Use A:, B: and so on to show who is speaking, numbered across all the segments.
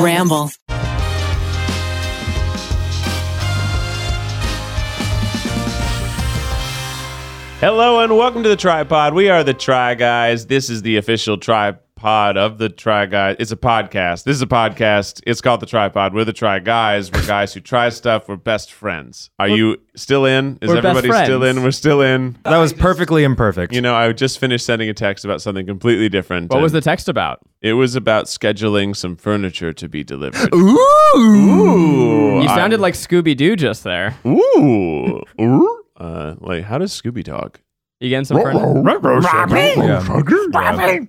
A: Ramble.
B: Hello and welcome to the Tripod. We are the Try Guys. This is the official tripod of the Try Guys. It's a podcast. This is a podcast. It's called the Tripod. We're the Try Guys. We're guys who try stuff. We're best friends. Are you still in? Is
C: we're best
B: everybody still
C: friends.
B: in? We're still in.
D: That was perfectly imperfect.
B: You know, I just finished sending a text about something completely different.
C: What was
B: and
C: the text about?
B: It was about scheduling some furniture to be delivered.
C: You sounded like Scooby Doo just there.
B: Ooh. Ooh. Uh, like, how does Scooby talk?
C: You getting some furniture?
D: Yeah.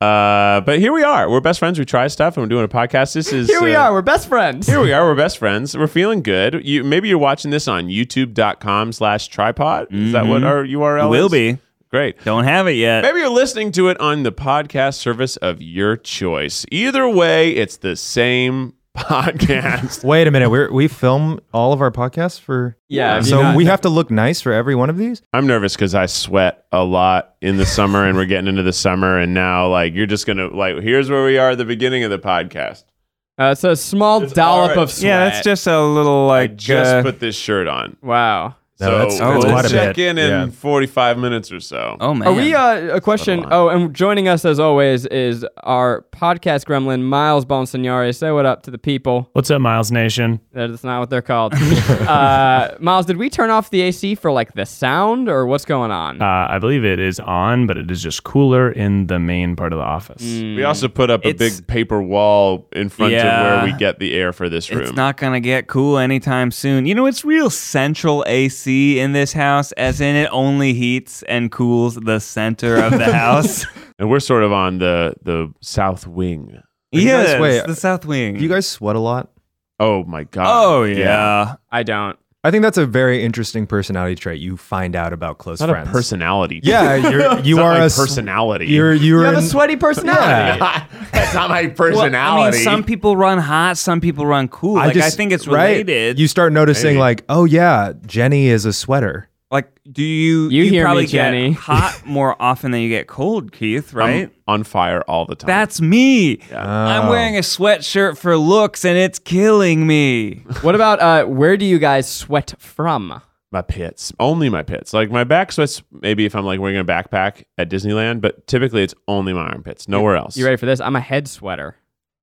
B: Uh, but here we are. We're best friends. We try stuff, and we're doing a podcast. This is
C: Here we
B: uh,
C: are. We're best friends.
B: Here we are. We're best friends. We're feeling good. You maybe you're watching this on YouTube.com slash tripod. Is that what our URL
D: Mm-hmm. Will
B: is?
D: be.
B: Great.
D: Don't have it yet.
B: Maybe you're listening to it on the podcast service of your choice. Either way, it's the same podcast.
D: Wait a minute. We we film all of our podcasts for
C: Yeah, have you
D: So
C: not-
D: we have to look nice for every one of these.
B: I'm nervous because I sweat a lot in the summer, and we're getting into the summer, and now like you're just gonna like here's where we are at the beginning of the podcast.
C: Uh, it's a small dollop
B: alright.
C: of sweat.
E: Yeah, that's just a little
B: I
E: like
B: just
E: uh,
B: put this shirt on.
C: wow.
D: No,
B: so
D: that's-
E: that's
B: we'll
E: quite a
B: check in
D: bit.
B: in
D: Yeah.
B: 45 minutes or so.
F: Oh man.
C: Are we uh, a question? Oh, and joining us as always is our podcast gremlin Miles Bonsignore. Say what up to the people.
G: What's up, Miles Nation?
C: That's not what they're called. uh, Miles, did we turn off the AC for like the sound or what's going on?
G: Uh, I believe it is on, but it is just cooler in the main part of the office.
B: We also put up a
F: Mm. It's-
B: big paper wall in front
F: Yeah.
B: of where we get the air for this room.
F: It's not gonna get cool anytime soon. You know, it's real central AC in this house, as in it only heats and cools the center of the house.
B: and we're sort of on the the south wing.
D: you guys-
F: yes,
D: wait,
F: the South Wing.
D: Do you guys sweat a lot?
B: Oh my god.
F: Oh yeah.
C: I don't.
D: I think that's a very interesting personality trait you find out about close
B: It's not
D: friends.
B: a personality.
D: Yeah, you're
B: It's
D: you
B: not
D: are
B: my
D: a s-
B: personality.
D: You're you're
C: You have a
D: in-
C: sweaty personality.
B: That's not my
F: Well,
B: personality.
F: I mean, some people run hot, some people run cool.
D: I
F: like I
D: just
F: think it's
D: right?
F: related.
D: You start noticing
B: Maybe.
D: like, "Oh yeah, Jenny is a sweater."
F: like, do you?
C: You hear me,
F: probably
C: Jenny.
F: get hot more often than you get cold, Keith.
B: I'm
F: Right?
B: on fire all the time.
F: That's me. I'm
D: Oh.
F: wearing a sweatshirt for looks, and it's killing me.
C: what about uh, where do you guys sweat from?
B: my pits. Only my pits. Like my back sweats maybe if I'm like wearing a backpack at Disneyland, but typically it's only my armpits, nowhere else.
C: You ready for this? I'm a head sweater,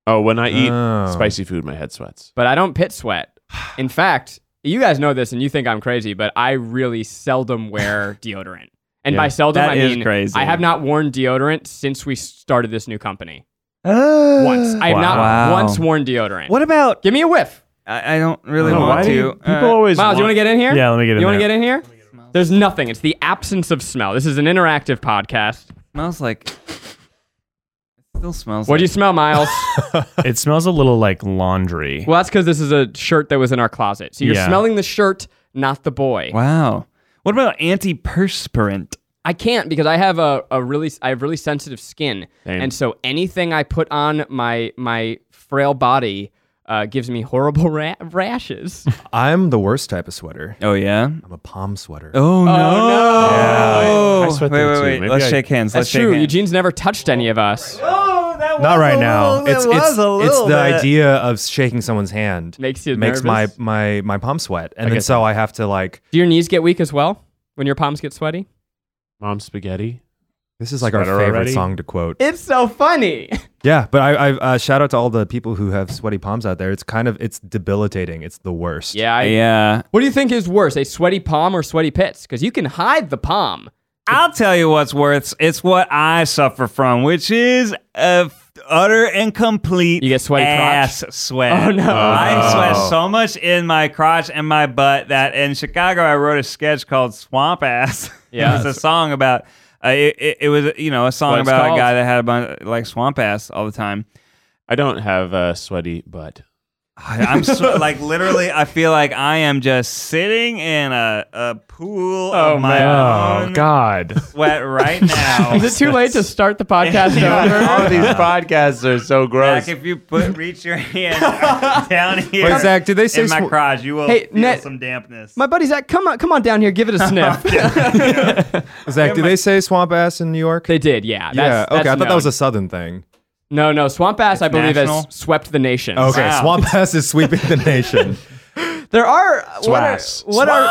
B: Oh, when I eat
D: Oh.
B: spicy food, my head sweats.
C: but I don't pit sweat. In fact, you guys know this and you think I'm crazy, but I really seldom wear deodorant. And by
B: Yeah.
C: seldom,
F: That
C: I
F: is
C: mean
F: crazy.
C: I have not worn deodorant since we started this new company.
F: Once.
D: Oh.
C: Once. I have not
F: Wow.
C: once worn deodorant.
F: What about
C: Give me a whiff.
F: I, I don't really
B: No, why
F: want
B: do
F: to.
B: you- people
F: Uh,
B: always
C: Miles, you want to get in here?
G: Yeah, let me get in
C: You want to
G: there.
C: get in here? There's nothing. It's the absence of smell. This is an interactive podcast.
F: smells like. It still smells.
C: What do you
F: like,
C: smell, Miles?
G: it smells a little like laundry.
C: well, that's because this is a shirt that was in our closet. So you're
G: Yeah.
C: smelling the shirt, not the boy.
F: Wow. What about antiperspirant?
C: I can't because I have a, a really I have really sensitive skin,
B: Same.
C: and so anything I put on my my frail body uh, gives me horrible ra- rashes.
D: I'm the worst type of sweater.
F: Oh yeah.
D: I'm a palm sweater.
F: Oh no.
C: no.
B: I sweat
F: wait,
B: there,
F: wait,
B: too.
F: wait.
B: Maybe
F: Let's
B: I-
F: shake hands. Let's
C: That's
F: shake
C: true.
F: hands.
C: Eugene's never touched any of us.
D: Not right now.
F: little-
D: It's
F: it was
D: it's,
F: a
D: it's
F: little
D: the
F: bit.
D: idea of shaking someone's hand
C: Makes you
D: makes
C: nervous?
D: my my my palm sweat, and then so I have to like
C: Do your knees get weak as well when your palms get sweaty?
B: Mom spaghetti.
D: this is like our
G: Sweater
D: favorite
G: already?
D: song to quote.
C: It's so funny.
D: yeah, but I, I uh, shout out to all the people who have sweaty palms out there. It's kind of it's debilitating. It's the worst.
C: Yeah. I,
F: Yeah.
C: What do you think is worse, a sweaty palm or sweaty pits? Because you can hide the palm.
F: I'll tell you what's worse. It's what I suffer from, which is a f- utter and complete
C: You get sweaty
F: ass sweat.
C: Oh, no.
F: I sweat so much in my crotch and my butt that in Chicago I wrote a sketch called Swamp Ass.
C: Yeah.
F: it was a song about. Uh, it, it, it was you know a
C: what
F: song
C: it's
F: about
C: called.
F: a guy that had a bunch like swamp ass all the time.
B: I don't have a sweaty butt.
F: I- I'm sw- like literally, I feel like I am just sitting in a, a pool of my
G: Oh,
D: Um,
F: own
G: God.
F: sweat right now.
C: Is it too late to start the podcast
B: All
C: over?
B: these podcasts are so gross.
F: Zach, if you put reach your hand down here,
D: Wait, Zach, did they say
F: in my
D: sw-
F: crotch, you will
C: Hey,
F: feel
C: Ned-
F: some dampness.
C: My buddy Zach, come on, come on down here, give it a sniff.
D: Zach, do they say swamp ass in New York?
C: They did, yeah. That's,
D: yeah.
C: that's
D: okay, I thought that
C: known.
D: was a southern thing.
C: No, no. Swamp Ass, I believe,
F: national?
C: has swept the nation.
D: Okay,
F: Wow.
D: swamp ass is sweeping the nation.
C: There are what are,
B: Swass.
C: what are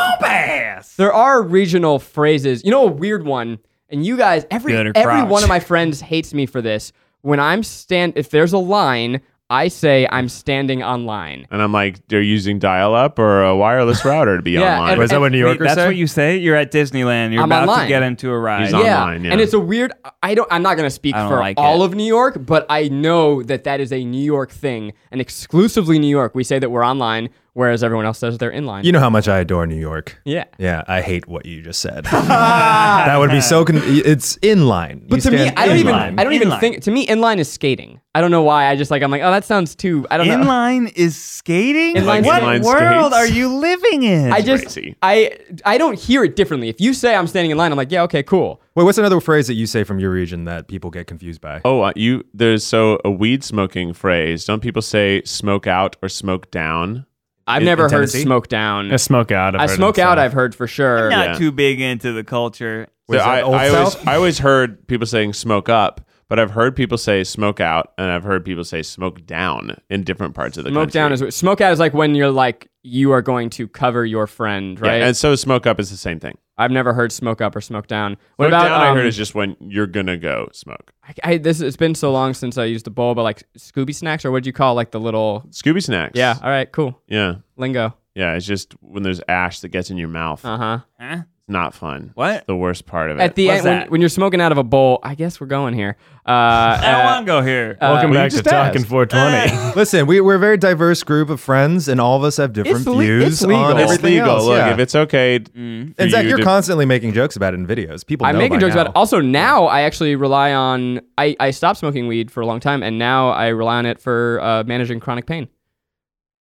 C: there are regional phrases. You know, a weird one, and you guys, every
F: Good
C: every
F: crotch.
C: one of my friends hates me for this. When I'm stand, if there's a line, I say I'm standing on line.
B: And I'm like, they're using dial up or a wireless router to be
C: Yeah,
B: online.
C: and-
D: Was that what New
F: Wait,
D: Yorkers
F: that's
D: say?
F: what you say. You're at Disneyland. You're
C: I'm
F: about
C: online.
F: to get into a ride.
B: He's on- online, yeah.
C: and it's a weird. I don't. I'm not gonna speak
F: I don't
C: for
F: like
C: all
F: it.
C: of New York, but I know that that is a New York thing, and exclusively New York. We say that we're online, whereas everyone else says they're in line.
D: You know how much I adore New York.
C: yeah.
D: Yeah, I hate what you just said. that would be so. Con- it's in line.
C: But
D: You
C: to me,
D: stand
C: I don't
D: in
C: even.
D: line.
C: I don't even
F: Inline.
C: think. To me, inline is skating. I don't know why. I just like. I'm like, oh, that sounds too. I don't know.
F: Inline is skating.
C: Inline
F: what
B: skates.
F: world
B: Inline
F: are
B: skates.
F: you living in?
C: I just
B: crazy.
C: I I don't hear it differently. If you say I'm standing in line, I'm like, yeah, okay, cool.
D: Wait, what's another phrase that you say from your region that people get confused by?
B: Oh, uh, you there's so a weed smoking phrase. Don't people say smoke out or smoke down?
C: I've
D: In-
C: never
D: in
C: heard
D: Tennessee?
C: smoke down.
G: I smoke out. I've
C: I
G: heard
C: smoke
G: it, so-
C: out. I've heard for sure.
F: not
B: Yeah.
F: too big into the culture.
D: Was
B: So
D: that
B: I,
D: Old
B: I always
D: South?
B: I always heard people saying smoke up, but I've heard people say smoke out, and I've heard people say smoke down in different parts of the
C: Smoke
B: country.
C: down is smoke out is like when you're like you are going to cover your friend,
B: Yeah,
C: right?
B: and so smoke up is the same thing.
C: I've never heard smoke up or smoke down. What
B: Smoke
C: about
B: down? I
C: um,
B: heard is just when you're gonna go smoke.
C: I, I, this? It's been so long since I used the bowl, but like Scooby snacks or what'd you call like the little?
B: Scooby snacks.
C: Yeah. All right. Cool.
B: yeah,
C: Lingo.
B: yeah. It's just when there's ash that gets in your mouth.
C: Uh huh.
F: Huh?
B: It's not fun.
F: What?
B: The worst part of it.
C: At the
F: What's
C: end, when,
F: that?
C: when you're smoking out of a bowl, I guess we're going here. Uh,
F: I don't
C: uh,
F: want to go here.
G: Welcome
B: well, you
G: back to
B: just asked.
G: Talking 420.
D: Listen, we, we're a very diverse group of friends, and all of us have different
C: It's le-
D: views
C: it's legal.
D: on
C: It's
B: it's
D: everything
B: legal.
D: else,
B: Look,
D: yeah.
B: if it's okay,
C: Mm.
B: for
D: and Zach,
B: you
D: you're
B: to-
D: constantly making jokes about it in videos. People,
C: I'm
D: know
C: making
D: by
C: jokes
D: now.
C: about it. Also, now I actually rely on I, I stopped smoking weed for a long time, and now I rely on it for uh, managing chronic pain.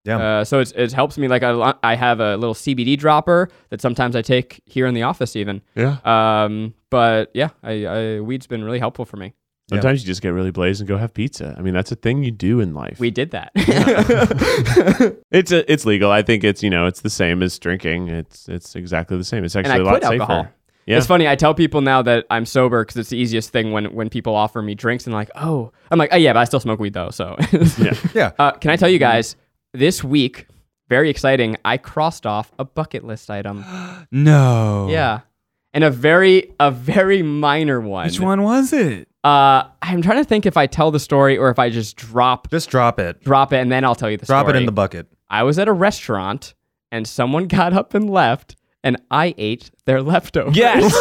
D: Yeah.
C: Uh, so it's, it helps me. Like I, lo- I have a little CBD dropper that sometimes I take here in the office, even.
B: yeah.
C: Um, but yeah, I, I weed's been really helpful for me.
B: Sometimes you just get really blazed and go have pizza. I mean, that's a thing you do in life.
C: We did that.
B: It's a, it's legal. I think it's you know it's the same as drinking. It's it's exactly the same. It's
C: I
B: actually a lot
C: quit alcohol.
B: safer. Yeah.
C: It's funny. I tell people now that I'm sober because it's the easiest thing when when people offer me drinks and like, oh, I'm like, oh yeah, but I still smoke weed though. So
B: Yeah.
D: Yeah.
C: Uh, can I tell you guys this week? Very exciting. I crossed off a bucket list item.
F: no.
C: yeah, and a very a very minor one.
F: Which one was it?
C: Uh, I'm trying to think if I tell the story or if I just drop
D: Just drop it.
C: drop it and then I'll tell you the
D: Drop
C: story.
D: it in the bucket.
C: I was at a restaurant and someone got up and left, and I ate their leftovers.
B: yes.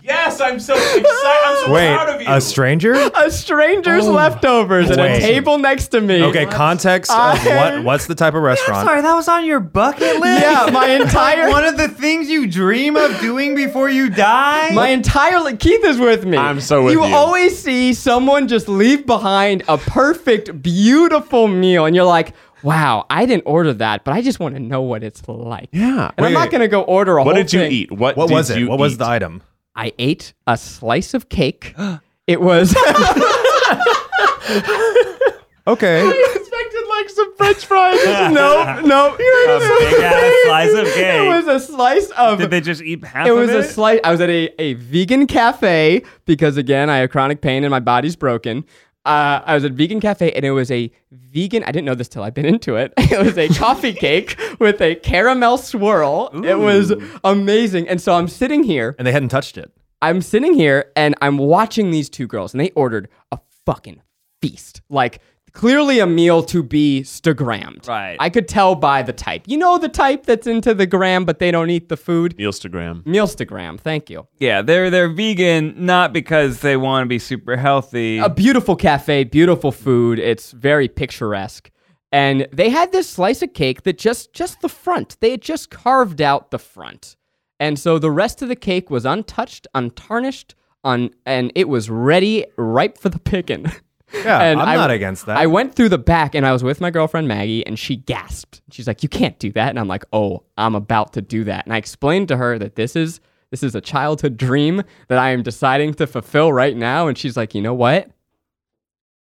B: Yes. I'm so excited. I'm so
D: Wait, a stranger?
C: a stranger's leftovers at a
D: Wait.
C: table next to me.
D: Okay, context of what? What's the type of restaurant?
F: that was on your bucket list.
C: Yeah, my entire
F: One of the things you dream of doing before you die.
C: My entire li- Keith is with me.
B: I'm so with you.
C: always see someone just leave behind a perfect, beautiful meal, and you're like, "Wow, I didn't order that, but I just want to know what it's like."
B: Yeah.
C: And I'm
D: Wait,
C: not
D: wait.
C: gonna go order a
B: What
C: whole
B: did you
C: thing.
B: eat? What
D: What
B: did
D: was it?
B: you
D: What was
B: eat?
D: the item?
C: I ate a slice of cake. it was.
D: Okay.
C: expected like some French fries. no, no.
F: big-ass slice of cake.
C: It was a slice of.
F: Did they just eat half
C: it
F: of
C: was
F: it?
C: a slice. I was at a, a vegan cafe because again, I have chronic pain and my body's broken. Uh, I was at a vegan cafe and it was a vegan. I didn't know this till I've been into it. It was a coffee cake with a caramel swirl. It was amazing. And so I'm sitting here.
D: And they hadn't touched it.
C: I'm sitting here and I'm watching these two girls, and they ordered a fucking feast. Like, clearly a meal to be Stagrammed.
F: Right.
C: I could tell by the type. You know the type that's into the gram, but they don't eat the food?
B: Instagram.
C: Mealstagram. Thank you.
F: yeah, they're they're vegan not because they want to be super healthy.
C: A beautiful cafe, beautiful food. It's very picturesque. And they had this slice of cake that just just the front. They had just carved out the front. And so the rest of the cake was untouched, untarnished, un- and it was ready, ripe for the picking.
D: Yeah,
C: And
D: I'm
C: I-
D: not against that.
C: I went through the back and I was with my girlfriend Maggie and she gasped. She's like, "You can't do that." And I'm like, "Oh, I'm about to do that." And I explained to her that this is this is a childhood dream that I am deciding to fulfill right now and she's like, "You know what?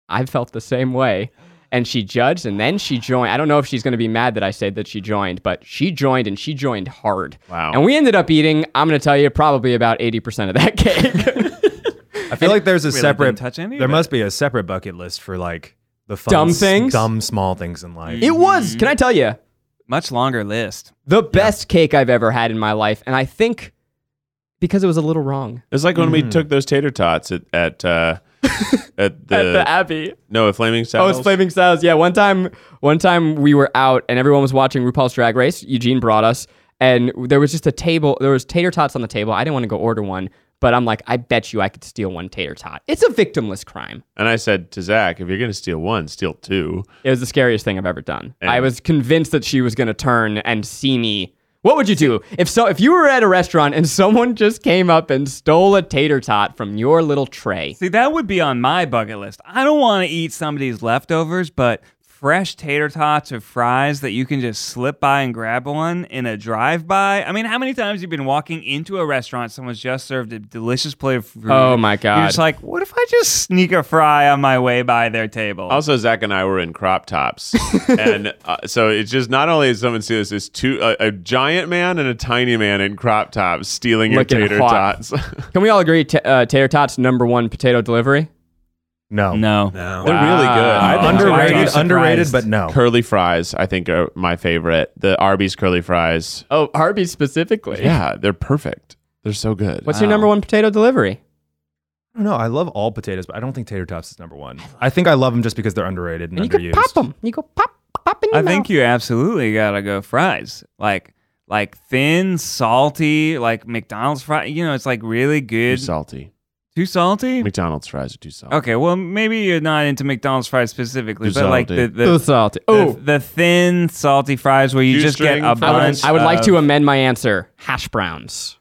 C: I felt the same way." And she judged and then she joined. I don't know if she's going to be mad that I said that she joined, but she joined and she joined hard.
B: Wow.
C: And we ended up eating, I'm going to tell you, probably about 80% of that cake.
D: I feel like there's a
F: really
D: separate.
F: didn't touch any of
D: there
F: it.
D: must be a separate bucket list for like the fun,
C: Dumb
D: s-
C: things?
D: dumb small things in life.
C: It was, can I tell you,
F: Much longer list.
C: the best cake I've ever had in my life. And I think because it was a little wrong.
B: It's like when we took those tater tots at at uh, at the,
C: Abbey.
B: no at Flaming
C: Oh,
B: Saddles.
C: it's Flaming Styles. Yeah, one time, one time we were out and everyone was watching RuPaul's Drag Race. Eugene brought us, and there was just a table. There was tater tots on the table. I didn't want to go order one, but I'm like, I bet you I could steal one tater tot. It's a victimless crime.
B: And I said to Zach, if you're gonna steal one, steal two.
C: It was the scariest thing I've ever done.
B: Yeah.
C: I was convinced that she was going to turn and see me. What would you do if so? If you were at a restaurant and someone just came up and stole a tater tot from your little tray?
F: See, that would be on my bucket list. I don't want to eat somebody's leftovers, but fresh tater tots or fries that you can just slip by and grab one in a drive-by. I mean, how many times you've been walking into a restaurant, someone's just served a delicious plate of food.
C: Oh my
F: You're
C: god!
F: just like, what if I just sneak a fry on my way by their table?
B: Also, Zach and I were in crop tops, and uh, so it's just not only is someone stealing this, it's two a, a giant man and a tiny man in crop tops stealing your
C: Looking
B: tater
C: hot.
B: tots.
C: Can we all agree? T- uh, tater tots number one potato delivery.
D: No,
F: no.
B: They're really good.
F: Wow.
B: I think so.
F: Why are you
D: underrated,
F: surprised?
D: underrated, but no.
B: Curly fries, I think, are my favorite. The Arby's curly fries.
C: Oh, Arby's specifically.
B: Yeah, they're perfect. They're so good.
C: What's your number one potato delivery?
D: I don't know. I love all potatoes, but I don't think tater tots is number one. I think I love them just because they're underrated and,
C: And you
D: underused.
C: could pop them. You go pop, pop in your
F: I think
C: mouth.
F: you absolutely gotta go fries. Like like thin, salty, like McDonald's fry. You know, it's like really
B: Too
F: good.
B: salty.
F: Too salty?
B: McDonald's fries are too salty.
F: Okay, well maybe you're not into McDonald's fries specifically,
B: Too
F: but like the
B: salty.
F: the,
C: salty.
F: the,
C: Oh,
F: the thin, salty fries where you just get
B: Shoestring
F: a
B: fries.
F: bunch.
C: I would, I would like
F: of-
C: to amend my answer. Hash browns.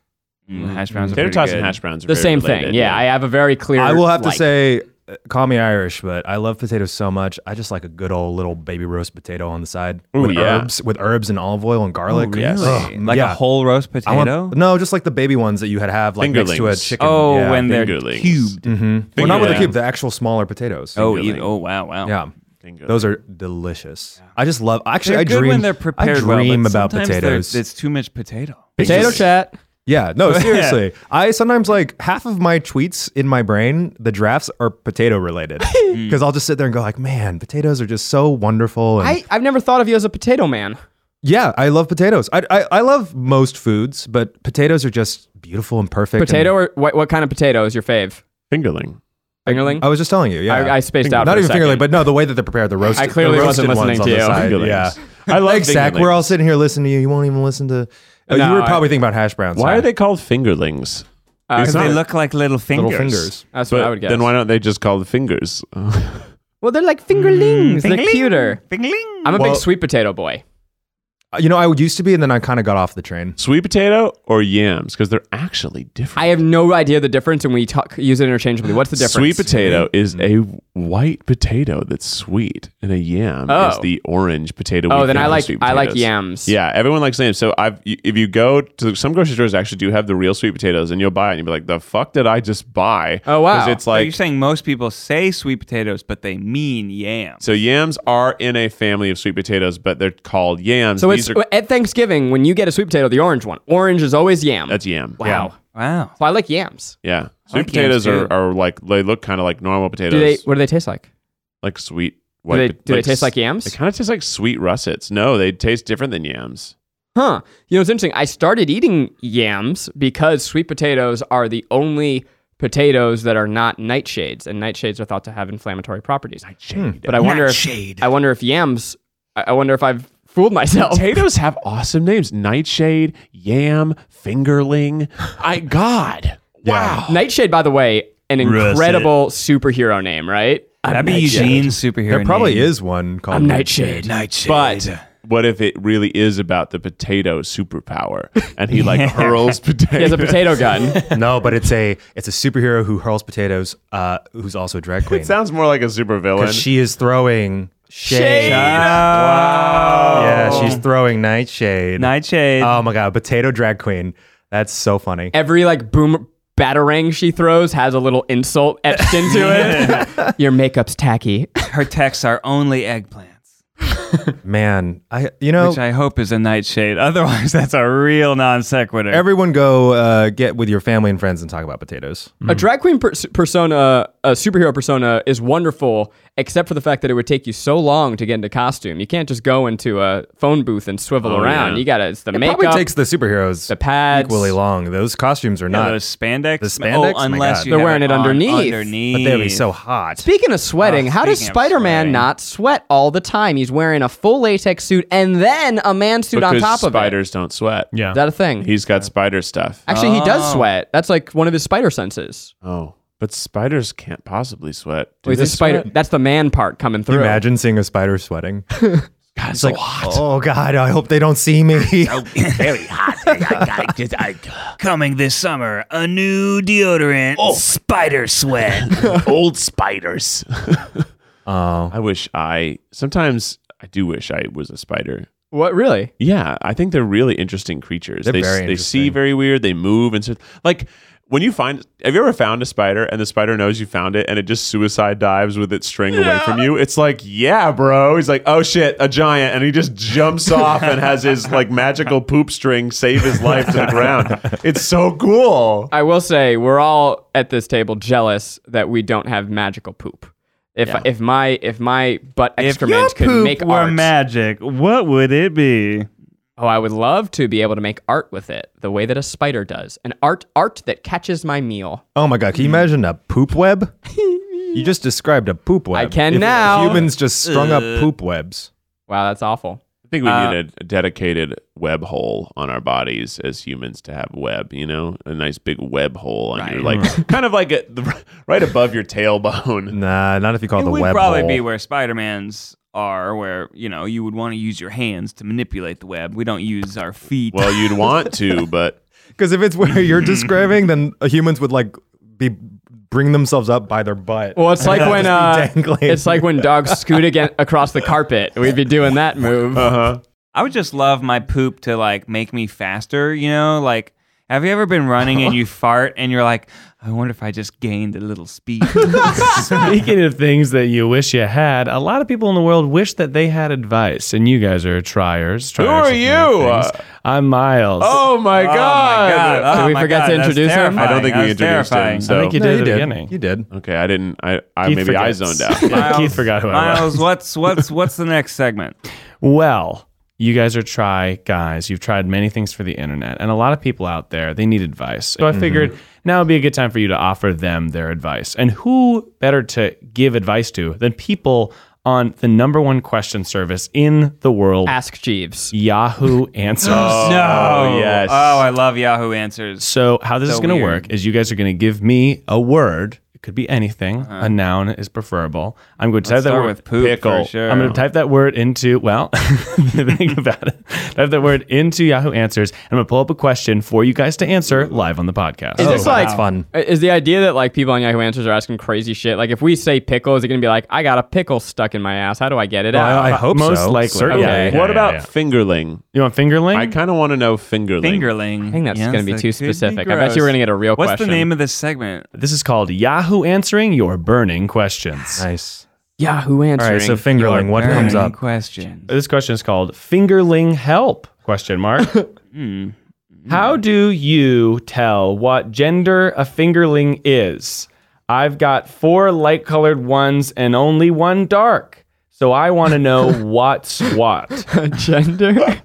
F: Mm, hash browns. are
B: Tater
F: pretty
B: tots
F: good.
B: and hash browns are
C: The
B: very
C: same
B: related,
C: thing. Yeah, I have a very clear.
D: I will have to
C: like-
D: say, uh, call me Irish, but I love potatoes so much. I just like a good old little baby roast potato on the side
B: Ooh,
D: with
B: yeah.
D: herbs, with herbs and olive oil and garlic.
F: Really?
B: Yes.
D: Ugh,
F: Like
D: yeah.
F: a whole roast
D: I
F: potato?
D: want- no, just like the baby ones that you had have like next to a
B: Fingerlings.
D: chicken.
F: oh,
D: yeah.
F: when they're
B: Fingerlings.
F: cubed.
D: Mhm. well, not with the
B: Fingerlings.
D: cube, the actual smaller potatoes.
F: Oh,
B: Fingerling.
F: eat, oh wow, wow.
D: yeah.
B: Finger-
D: Those are delicious. I just love. Actually,
F: They're
D: I
F: good
D: dream
F: when they're prepared
D: I dream
F: well, but
D: about
F: sometimes they're-
D: potatoes.
F: It's too much potato.
C: potato
D: Just-
C: chat.
D: Yeah, no, seriously. I sometimes like half of my tweets in my brain, the drafts are potato related
F: Mm.
D: because I'll just sit there and go like, man, potatoes are just so wonderful. And
C: I I've never thought of you as a potato man.
D: yeah, I love potatoes. I, I I love most foods, but potatoes are just beautiful and perfect. and-
C: Potato or what? What kind of potato is your fave?
B: Fingerling.
C: Fingerling.
D: I was just telling you. Oh, Yeah,
C: I, I spaced out.
D: not
C: for a
D: even fingerling,
C: second.
D: but no, the way that they're prepared, the roasted.
C: I clearly
D: the
C: wasn't
D: roasted
C: listening
D: ones on
C: to
D: the
C: you.
D: side,
B: Fingerlings.
D: Yeah,
B: I love
D: Thanks, Zach.
B: fingerlings.
D: We're all sitting here listening to you. You won't even listen to. Oh,
C: No,
D: you were
C: I-
D: probably thinking about hash browns.
B: Why are
D: Zach.
B: they called fingerlings?
C: Uh,
B: It's
F: Because they
B: not-
F: look like little fingers.
D: little fingers?
C: That's what I
B: But
C: would guess.
B: then why don't they just call the fingers?
C: well, they're like fingerlings. They're
F: Fingerling.
C: cuter.
F: Fingling.
C: I'm a
D: Well-
C: big sweet potato boy.
D: Uh, You know, I used to be, and then I kind of got off the train.
B: Sweet potato or yams? Because they're actually different.
C: I have no idea the difference, and we talk use it interchangeably. What's the difference? Mm-hmm.
B: Sweet potato is a white potato that's sweet, and a yam is
C: Oh.
B: the orange potato. we
C: Oh, then
B: think
C: I
B: of
C: like
B: sweet
C: I like
B: potatoes.
C: yams.
B: Yeah, everyone likes yams. So I've y- if you go to some grocery stores, actually do have the real sweet potatoes, and you'll buy it, and you'll be like, "The fuck did I just buy?"
C: Oh, wow.
B: 'Cause it's
F: so you're
B: like
F: saying most people say sweet potatoes, but they mean yams.
B: so yams are in a family of sweet potatoes, but they're called yams. These
C: So it's
B: are,
C: at Thanksgiving when you get a sweet potato, the orange one. Orange is always yam.
B: that's yam.
C: wow.
F: Wow.
C: So I like yams.
B: Yeah,
F: I
B: sweet
F: like yams,
B: potatoes are,
F: too.
B: are like they look kind of like normal potatoes,
C: Do they? What do they taste like?
B: like sweet.
C: Do they,
B: pot-
C: do they taste
B: s-
C: like yams?
B: They kind of taste like sweet russets. No, they taste different than yams.
C: Huh. You know, it's interesting. I started eating yams because sweet potatoes are the only potatoes that are not nightshades, and nightshades are thought to have inflammatory properties.
B: Hmm.
C: Nightshade. But I wonder if I wonder if yams. I I wonder if I've fooled myself.
B: Potatoes have awesome names: nightshade, yam, fingerling. I God, wow.
C: Nightshade, by the way, an incredible superhero name, right?
F: That'd be Eugene's superhero.
D: There probably
F: name.
D: is one called
C: I'm Nightshade.
F: Nightshade.
B: But what if it really is about the potato superpower, and he like hurls potatoes?
C: He has a potato gun.
D: no, but it's a it's a superhero who hurls potatoes, uh, who's also a drag queen.
B: It sounds more like a supervillain.
D: Because she is throwing shade.
C: Shade.
F: wow.
D: Yeah, she's throwing nightshade.
F: Nightshade.
D: Oh my god, potato drag queen. That's so funny.
C: Every like boom batarang she throws has a little insult etched into it. Your makeup's tacky.
F: Her texts are only eggplants.
D: Man, I you know
F: Which I hope is a nightshade. Otherwise, that's a real non sequitur.
D: everyone go uh, get with your family and friends and talk about potatoes.
F: Mm.
C: A drag queen per- persona, a superhero persona, is wonderful, except for the fact that it would take you so long to get into costume. You can't just go into a phone booth and swivel
F: Oh,
C: around.
B: yeah.
C: You gotta. It's the
D: It
C: makeup,
D: probably takes the superheroes
C: the pads.
D: equally long. Those costumes are
F: Yeah,
D: not.
F: those spandex.
D: The spandex?
F: Oh,
D: My
F: unless
D: God.
F: you
C: They're
F: have
C: wearing it
F: on
C: underneath.
F: underneath.
D: but they would be so hot.
C: Speaking of sweating,
F: Oh,
C: how does
F: speaking of
C: Spider-Man
F: sweating.
C: not sweat all the time? He's wearing a full latex suit and then a man suit
B: because
C: on top of it.
B: spiders don't sweat.
G: Yeah.
C: Is that a thing?
B: He's got spider stuff.
C: Actually, he does
F: Oh.
C: sweat. That's like one of his spider senses.
B: Oh, but spiders can't possibly sweat. Do
C: Wait,
B: they
C: the spider.
B: sweat?
C: That's the man part coming
D: Can
C: through.
D: you imagine seeing a spider sweating?
B: God, it's
D: It's like,
B: so hot.
D: oh god, I hope they don't see me.
F: very hot. Coming this summer, a new deodorant, Spider Sweat.
B: Old spiders.
D: oh,
B: I wish I. Sometimes I do wish I was a spider.
C: What really?
B: Yeah, I think they're really interesting creatures.
D: They're
B: they
D: very
B: they see
D: interesting.
B: very weird. They move and so like when you find. Have you ever found a spider and the spider knows you found it and it just suicide dives with its string away from you? It's like, yeah, bro. He's like, oh shit, a giant, and he just jumps off and has his like magical poop string save his life to the ground. It's so cool.
C: I will say we're all at this table jealous that we don't have magical poop. If if my if my butt excrement could
F: poop
C: make
F: were
C: art,
F: magic, what would it be?
C: oh, I would love to be able to make art with it, the way that a spider does, an art art that catches my meal.
D: oh my god, can you imagine a poop web? You just described a poop web.
C: I can
D: If
C: now.
D: Humans just strung up poop webs.
C: Wow, that's awful.
B: I think we need a, a dedicated web hole on our bodies as humans to have web, you know, a nice big web hole on your like, kind of like a, the, right above your tailbone.
D: Nah, not if you call it
F: it
D: Oh, the
F: would
D: web
F: probably
D: hole.
F: be where Spider Man's are, where you know you would want to use your hands to manipulate the web. We don't use our feet.
B: Well, you'd want to, but
D: Because if it's where you're describing, then humans would like be bring themselves up by their butt.
C: Well, it's like when uh,
D: dangling.
C: it's like when dogs scoot again across the carpet. We'd be doing that move.
F: I would just love my poop to like make me faster, you know? Like, have you ever been running and you fart and you're like, I wonder if I just gained a little speed? Oh
G: Speaking of things that you wish you had, a lot of people in the world wish that they had advice, and you guys are triers. triers
B: are
G: of new
B: you?
G: things. I'm Miles.
B: oh my
F: Oh my God.
B: god!
F: Oh
C: Did we
F: my
C: forget to
F: God, that's
C: introduce him? I
B: don't think we
F: terrifying.
B: introduced
F: That's
B: him,
F: terrifying.
B: so-
G: I think you
D: No,
G: did
D: you
G: at the
D: did.
G: beginning.
D: You did.
B: Okay, I didn't. I, I
G: Keith
B: maybe I
G: forgets.
B: zoned out.
G: Keith forgot who I
F: Miles,
G: was.
F: what's what's what's the next segment?
G: Well, you guys are try guys. You've tried many things for the internet, and a lot of people out there they need advice. So I figured now would be a good time for you to offer them their advice. And who better to give advice to than people on the number one question service in the world,
C: Ask Jeeves.
G: Yahoo Answers?
F: Oh, no.
B: yes.
F: Oh, I love Yahoo Answers.
G: So how this
F: So
G: is going to
F: weird.
G: work is you guys are going to give me a word. It could be anything. A noun is preferable. I'm going to type that
F: Start
G: word.
F: with poop
B: Pickle.
F: for sure.
G: I'm going to type that word into, well, think about it. Type that word into Yahoo Answers. And I'm going to pull up a question for you guys to answer live on the podcast.
C: Is
D: Oh,
C: this like
D: that's fun.
C: Is the idea that like people on Yahoo Answers are asking crazy shit? Like if we say pickle, is it gonna be like I got a pickle stuck in my ass? How do I get it
G: Oh.
C: out?
D: I hope
G: Most
D: so.
G: likely.
D: Certainly.
G: Yeah, yeah, yeah,
B: what
G: yeah,
B: about
G: yeah.
B: fingerling?
G: You want fingerling?
B: I kind of want to know fingerling.
F: fingerling.
C: I think that's
F: Yes,
C: gonna be
F: that
C: too
F: could be
C: specific. I bet you
F: gross.
C: were gonna get a real
F: What's
C: question.
F: the name of this segment?
G: this is called Yahoo Answering Your Burning Questions.
D: Nice.
C: Yahoo
D: All
C: Answers.
D: right, so fingerling, what comes
F: Burning
D: up?
F: Questions.
G: This question is called Fingerling Help? Question mark.
D: Hmm.
G: How do you tell what gender a fingerling is? I've got four light colored ones and only one dark. So I want to know what's what.
C: Gender.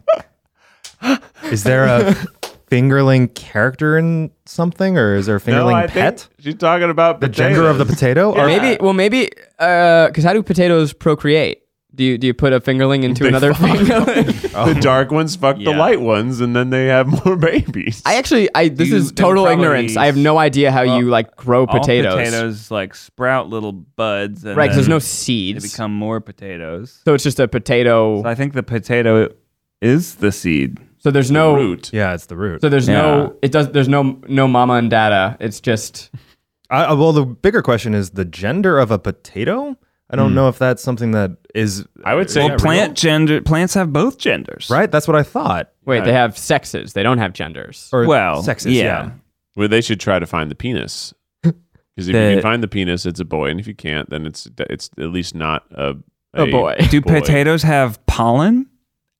D: Is there a fingerling character in something, or is there a
B: No,
D: fingerling
B: I
D: pet?
B: think she's talking about
D: the gender of the potato? Or
C: maybe. Well, maybe. Because how do potatoes procreate? Do you do you put a fingerling into another fingerling?
B: the dark ones fuck the
F: Yeah.
B: light ones, and then they have more babies.
C: I actually, I this
F: You-
C: is
F: they're
C: total
F: probably-
C: ignorance. I have no idea how you like grow
F: All
C: potatoes.
F: potatoes like sprout little buds. And
C: Right? 'cause there's
F: then
C: no
F: They
C: seeds,
F: become more potatoes.
C: so it's just a potato.
F: So I think the potato is the seed.
C: So there's no
B: root.
D: yeah, it's the root.
C: So there's
F: Yeah.
C: no. It does. There's no no mama and data. It's just.
D: I, I- well, the bigger question is the gender of a potato. I
C: Hmm.
D: don't know if that's something that is uh,
B: I would say
F: well, plant gender. Plants have both genders,
D: right. That's what I thought.
C: Wait, they have sexes. They don't have genders.
D: Or
F: Well,
D: sexes.
F: yeah.
D: Yeah.
B: Well, they should try to find the penis. Because if you
F: The-
B: can find the penis, it's a boy, and if you can't, then it's it's at least not a
C: Oh boy.
F: Do potatoes have pollen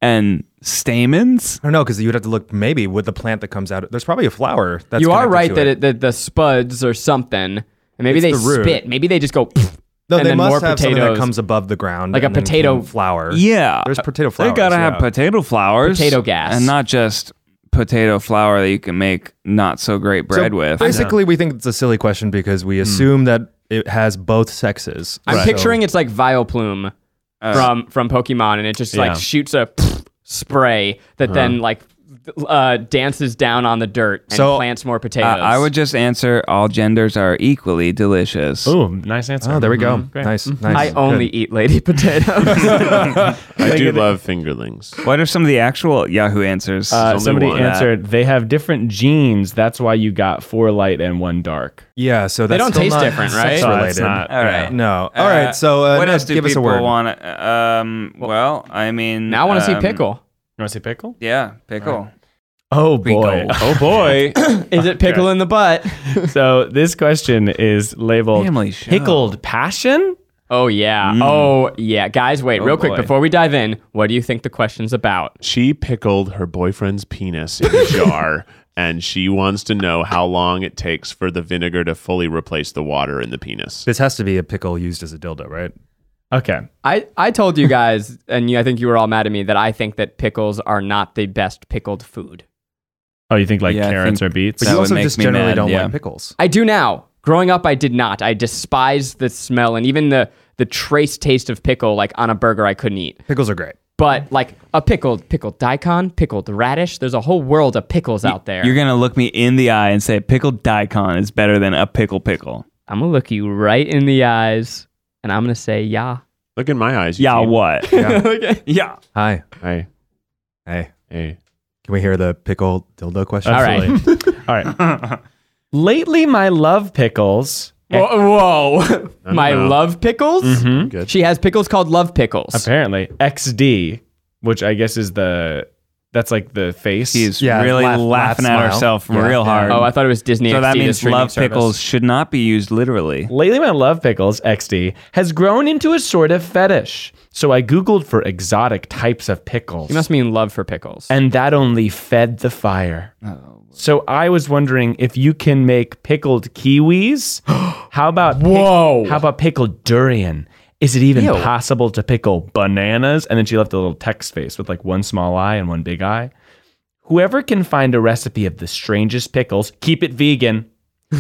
F: and stamens?
D: I don't know because you would have to look maybe with the plant that comes out. There's probably a flower. That's
C: you are
D: connected
C: right
D: to
C: that, it, that the spuds or something, and maybe
D: It's
C: they
D: the root.
C: spit. Maybe they just go.
D: No,
C: and
D: they
C: then
D: must
C: more
D: have something
C: potatoes.
D: that comes above the ground,
C: Like a
D: and then
C: potato-
D: can flower.
F: Yeah.
D: there's potato flowers.
F: They gotta have
D: yeah.
F: potato flowers,
C: Potato gas.
F: and not just potato flour that you can make not so great
D: So
F: bread with.
D: Basically, we think it's a silly question because we assume that it has both sexes.
C: I'm
D: So-
C: picturing it's like Vileplume from from Pokemon, and it just
G: Yeah.
C: like shoots a spray that then like uh, dances down on the dirt and
D: Uh-huh. So,
C: plants more
F: Uh,
C: potatoes.
F: I would just answer all genders are equally delicious.
G: Ooh, nice answer.
D: Oh, there we go.
G: Mm-hmm. Great.
D: Nice,
C: I
D: nice.
C: only eat lady potatoes.
B: I do love fingerlings.
F: What are some of the actual Yahoo answers?
G: Uh,
B: only
G: somebody
B: one.
G: answered they have different genes. That's why you got four light and one dark.
D: Yeah, so that's
C: don't
D: still
C: taste
D: not
C: different, right?
D: sex
C: So
G: that's
D: related.
G: not-
F: all right.
D: No. All right. So uh,
F: what
D: Ned,
F: else do
D: give us a
F: people
D: word.
F: want? Um, well, I mean,
C: now I want to
F: um,
C: see pickle.
G: You want to see pickle?
F: Yeah, pickle.
G: Oh
F: boy.
B: Oh boy.
C: Is it pickle in the butt?
G: so this question is labeled
F: Family show.
G: pickled passion.
C: Oh yeah. Oh yeah. Guys, wait, real quick
F: boy.
C: before we dive in, what do you think the question's about?
B: She pickled her boyfriend's penis in a jar, and she wants to know how long it takes for the vinegar to fully replace the water in the penis.
D: This has to be a pickle used as a dildo, right?
G: Okay.
C: I, I told you guys, and you, I think you were all mad at me, that I think that pickles are not the best pickled food.
G: Oh, you think like
F: Yeah, I
G: carrots
F: think-
G: or beets?
D: But
F: That
D: you
F: would
D: also
F: make
D: just
F: me
D: generally
F: mad,
D: don't
F: yeah.
D: like pickles.
C: I do now. Growing up, I did not. I despise the smell and even the, the trace taste of pickle, like on a burger, I couldn't eat.
D: Pickles are great.
C: But like a pickled, pickled daikon, pickled radish, there's a whole world of pickles out there.
F: You're gonna look me in the eye and say pickled daikon is better than a pickle pickle.
C: I'm going to look you right in the eyes and I'm going to say, yeah.
B: Look in my eyes.
F: Yeah,
B: Eugene.
F: what?
C: okay.
F: yeah.
D: Hi.
B: Hey,
D: Hey.
B: hey.
D: Can we hear the pickle dildo question?
C: All right.
G: All right. Lately, my love pickles.
C: Whoa. whoa. My
B: know.
C: love pickles?
F: Mm-hmm.
B: Good.
C: She has pickles called love pickles.
G: Apparently, XD, which I guess is the that's like the face.
F: She's
D: Yeah,
F: really
D: laugh- laugh,
F: laughing at
D: smile.
F: herself
D: Yeah.
F: real hard.
C: Oh, I thought it was Disney.
F: so
C: XD,
F: that
C: the
F: means
C: streaming
F: love
C: service.
F: pickles should not be used literally.
G: Lately, my love pickles, XD, has grown into a sort of fetish. So I Googled for exotic types of pickles.
C: You must mean love for pickles.
G: and that only fed the fire.
C: Oh,
G: So I was wondering if you can make pickled kiwis. How about pic-
C: Whoa.
G: how about pickled durian? Is it even
C: Ew.
G: possible to pickle bananas? And then she left a little text face with like one small eye and one big eye. Whoever can find a recipe of the strangest pickles, keep it vegan.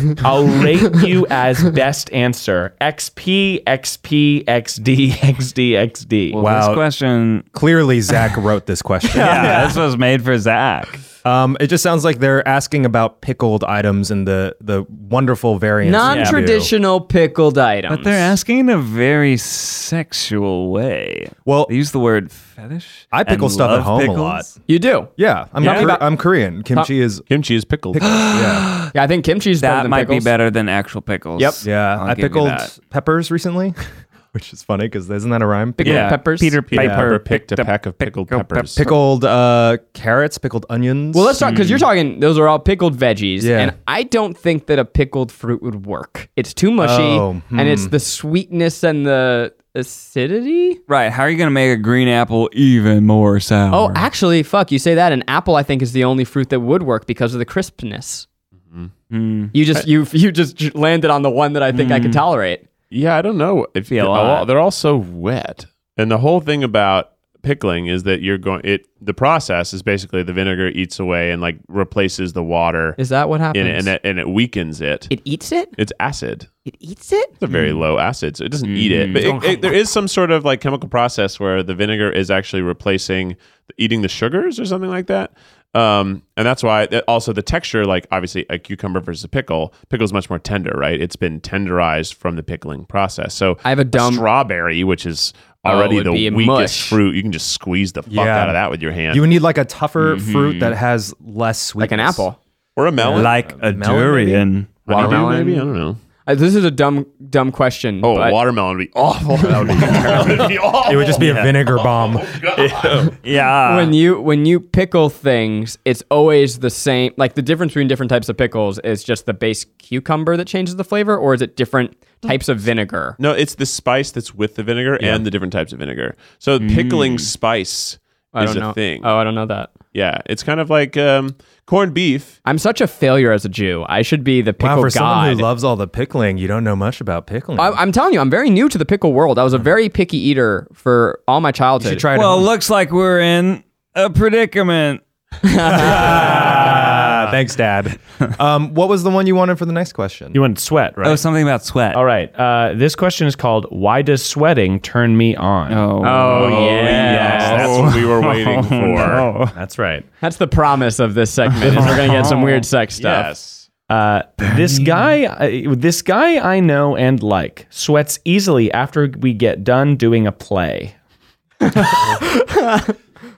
G: I'll rate you as best answer. XP, XP, XD, XD, XD.
F: Well, This
D: Wow.
F: question.
D: Clearly, Zach wrote this question.
F: Yeah, this was made for Zach.
D: Um, it just sounds like they're asking about pickled items and the the wonderful variants. that you do.
C: Non-traditional pickled items.
F: But they're asking in a very sexual way.
D: Well,
F: They use the word fetish.
D: I pickle
F: and
D: stuff at
F: love
D: home a
F: pickles.
D: lot.
C: You do.
D: Yeah, I'm
C: Yeah.
D: Kor- I'm Korean. Kimchi is
B: Kimchi is pickled.
D: yeah
C: Yeah, I think kimchi's better
F: That
C: than
F: might
C: pickles.
F: be better than actual pickles.
C: Yep.
D: yeah.
F: I'll
D: I
F: give you
D: pickled
F: that.
D: peppers recently, which is funny because isn't that a rhyme?
C: Pickled
F: Yeah.
C: peppers.
F: Peter
B: Peter
D: Yeah.
B: Piper picked a pack of pickled peppers.
D: Pickled uh, carrots, pickled onions.
C: Well, let's talk because you're
F: Hmm.
C: talking. Those are all pickled veggies,
D: Yeah.
C: and I don't think that a pickled fruit would work. It's too mushy,
D: Oh,
C: and it's
F: hmm.
C: the sweetness and the acidity.
F: Right. How are you going to make a green apple even more sour?
C: Oh, actually, fuck. You say that an apple, I think, is the only fruit that would work because of the crispness.
F: Hmm.
C: You just you you just j- landed on the one that I think I
B: Hmm.
C: could tolerate.
B: Yeah, I don't know if
F: Be a
B: they're
F: lot.
B: all, they're all so wet. And the whole thing about pickling is that you're going it the process is basically the vinegar eats away and like replaces the water
C: Is that what happens?
B: in it and it, and it weakens it.
C: It eats it.
B: It's acid.
C: It eats it.
B: It's a very low acid, so it doesn't eat it. But
C: Mm-hmm.
B: it, it- there is some sort of like chemical process where the vinegar is actually replacing eating the sugars or something like that. Um, and that's why that- also the texture, like obviously a cucumber versus a pickle, pickle is much more tender, right? It's been tenderized from the pickling process. So
C: I have a dumb-
B: strawberry, which is
C: Oh,
B: already
C: it'd
B: the
C: be a
B: weakest
C: mush.
B: fruit. You can just squeeze the fuck
D: Yeah.
B: out of that with your hand
D: You would need like a tougher fruit that has less
C: Mm-hmm.
D: sweet,
C: Like an apple.
B: or a melon,
F: like a
D: melon, maybe?
F: durian.
B: Honeydew,
C: watermelon.
B: maybe I don't know.
C: Uh, this is a dumb dumb question.
B: Oh,
C: but
B: watermelon would be awful. that would be, awful.
D: It would just
C: Oh,
D: be a vinegar bomb.
F: Yeah.
C: when you when you pickle things, it's always the same. Like the difference between different types of pickles is just the base cucumber that changes the flavor, or is it different types of vinegar.
B: No, it's the spice that's with the vinegar and the different types of vinegar. So pickling spice
C: Hmm. I
B: is
C: don't
B: a
C: know.
B: thing.
C: Oh, I don't know that.
B: Yeah, it's kind of like um, corned beef.
C: I'm such a failure as a Jew. I should be the pickle
D: Wow, for someone who
C: god.
D: loves all the pickling, you don't know much about pickling.
C: I, I'm telling you, I'm very new to the pickle world. I was a very picky eater for all my childhood.
D: should try it.
F: Well,
D: at home.
F: looks like we're in a predicament.
C: uh,
D: Ah, thanks, Dad. um, what was the one you wanted for the next question?
G: You want sweat, right?
F: Oh, something about sweat.
G: All right. Uh, this question is called "Why does sweating turn me on?"
F: Oh,
C: Oh, yeah.
B: Yes, that's what we were waiting for.
G: That's right.
C: That's the promise of this segment. Is we're gonna get some weird sex stuff.
B: Yes.
G: Uh, this guy, uh, this guy I know and like, sweats easily after we get done doing a play.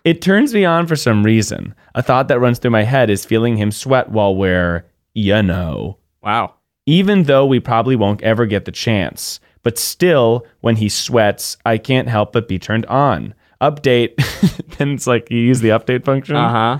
G: it turns me on for some reason. A thought that runs through my head is feeling him sweat while we're, you know,
C: Wow.
G: even though we probably won't ever get the chance. But still, when he sweats, I can't help but be turned on. Update, and it's like you use the update function.
C: Uh huh.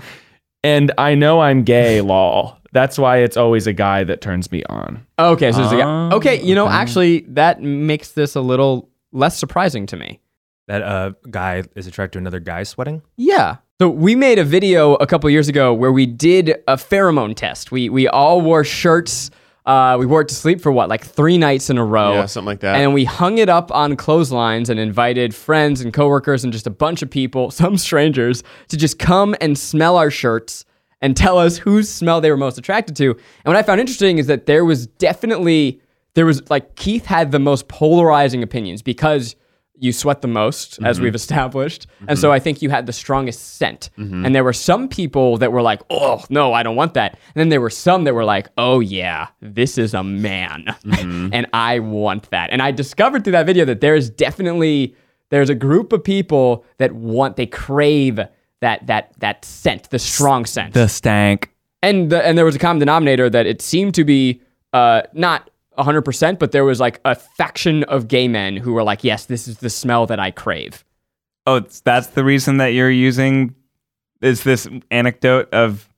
G: And I know I'm gay, lol. That's why it's always a guy that turns me on.
C: Okay, so there's a guy.
B: Oh,
C: Okay, you know, actually, that makes this a little less surprising to me.
D: that uh, guy is attracted to another guy sweating.
C: Yeah. So we made a video a couple years ago where we did a pheromone test. We we all wore shirts. Uh, we wore it to sleep for what, like three nights in a row.
B: Yeah, something like that.
C: Oh. And we hung it up on clotheslines and invited friends and coworkers and just a bunch of people, some strangers, to just come and smell our shirts and tell us whose smell they were most attracted to. And what I found interesting is that there was definitely there was like Keith had the most polarizing opinions because you sweat the most, as we've established. And so I think you had the strongest scent. And there were some people that were like, oh, no, I don't want that. And then there were some that were like, oh, yeah, this is a man. and I want that. And I discovered through that video that there is definitely. There's a group of people that want, they crave that that that scent, the strong scent
F: The stank.
C: and the, and there was a common denominator that it seemed to be uh, not 100% but there was like a faction of gay men who were like yes this is the smell that i crave
F: Oh, it's, that's the reason that you're using is this anecdote of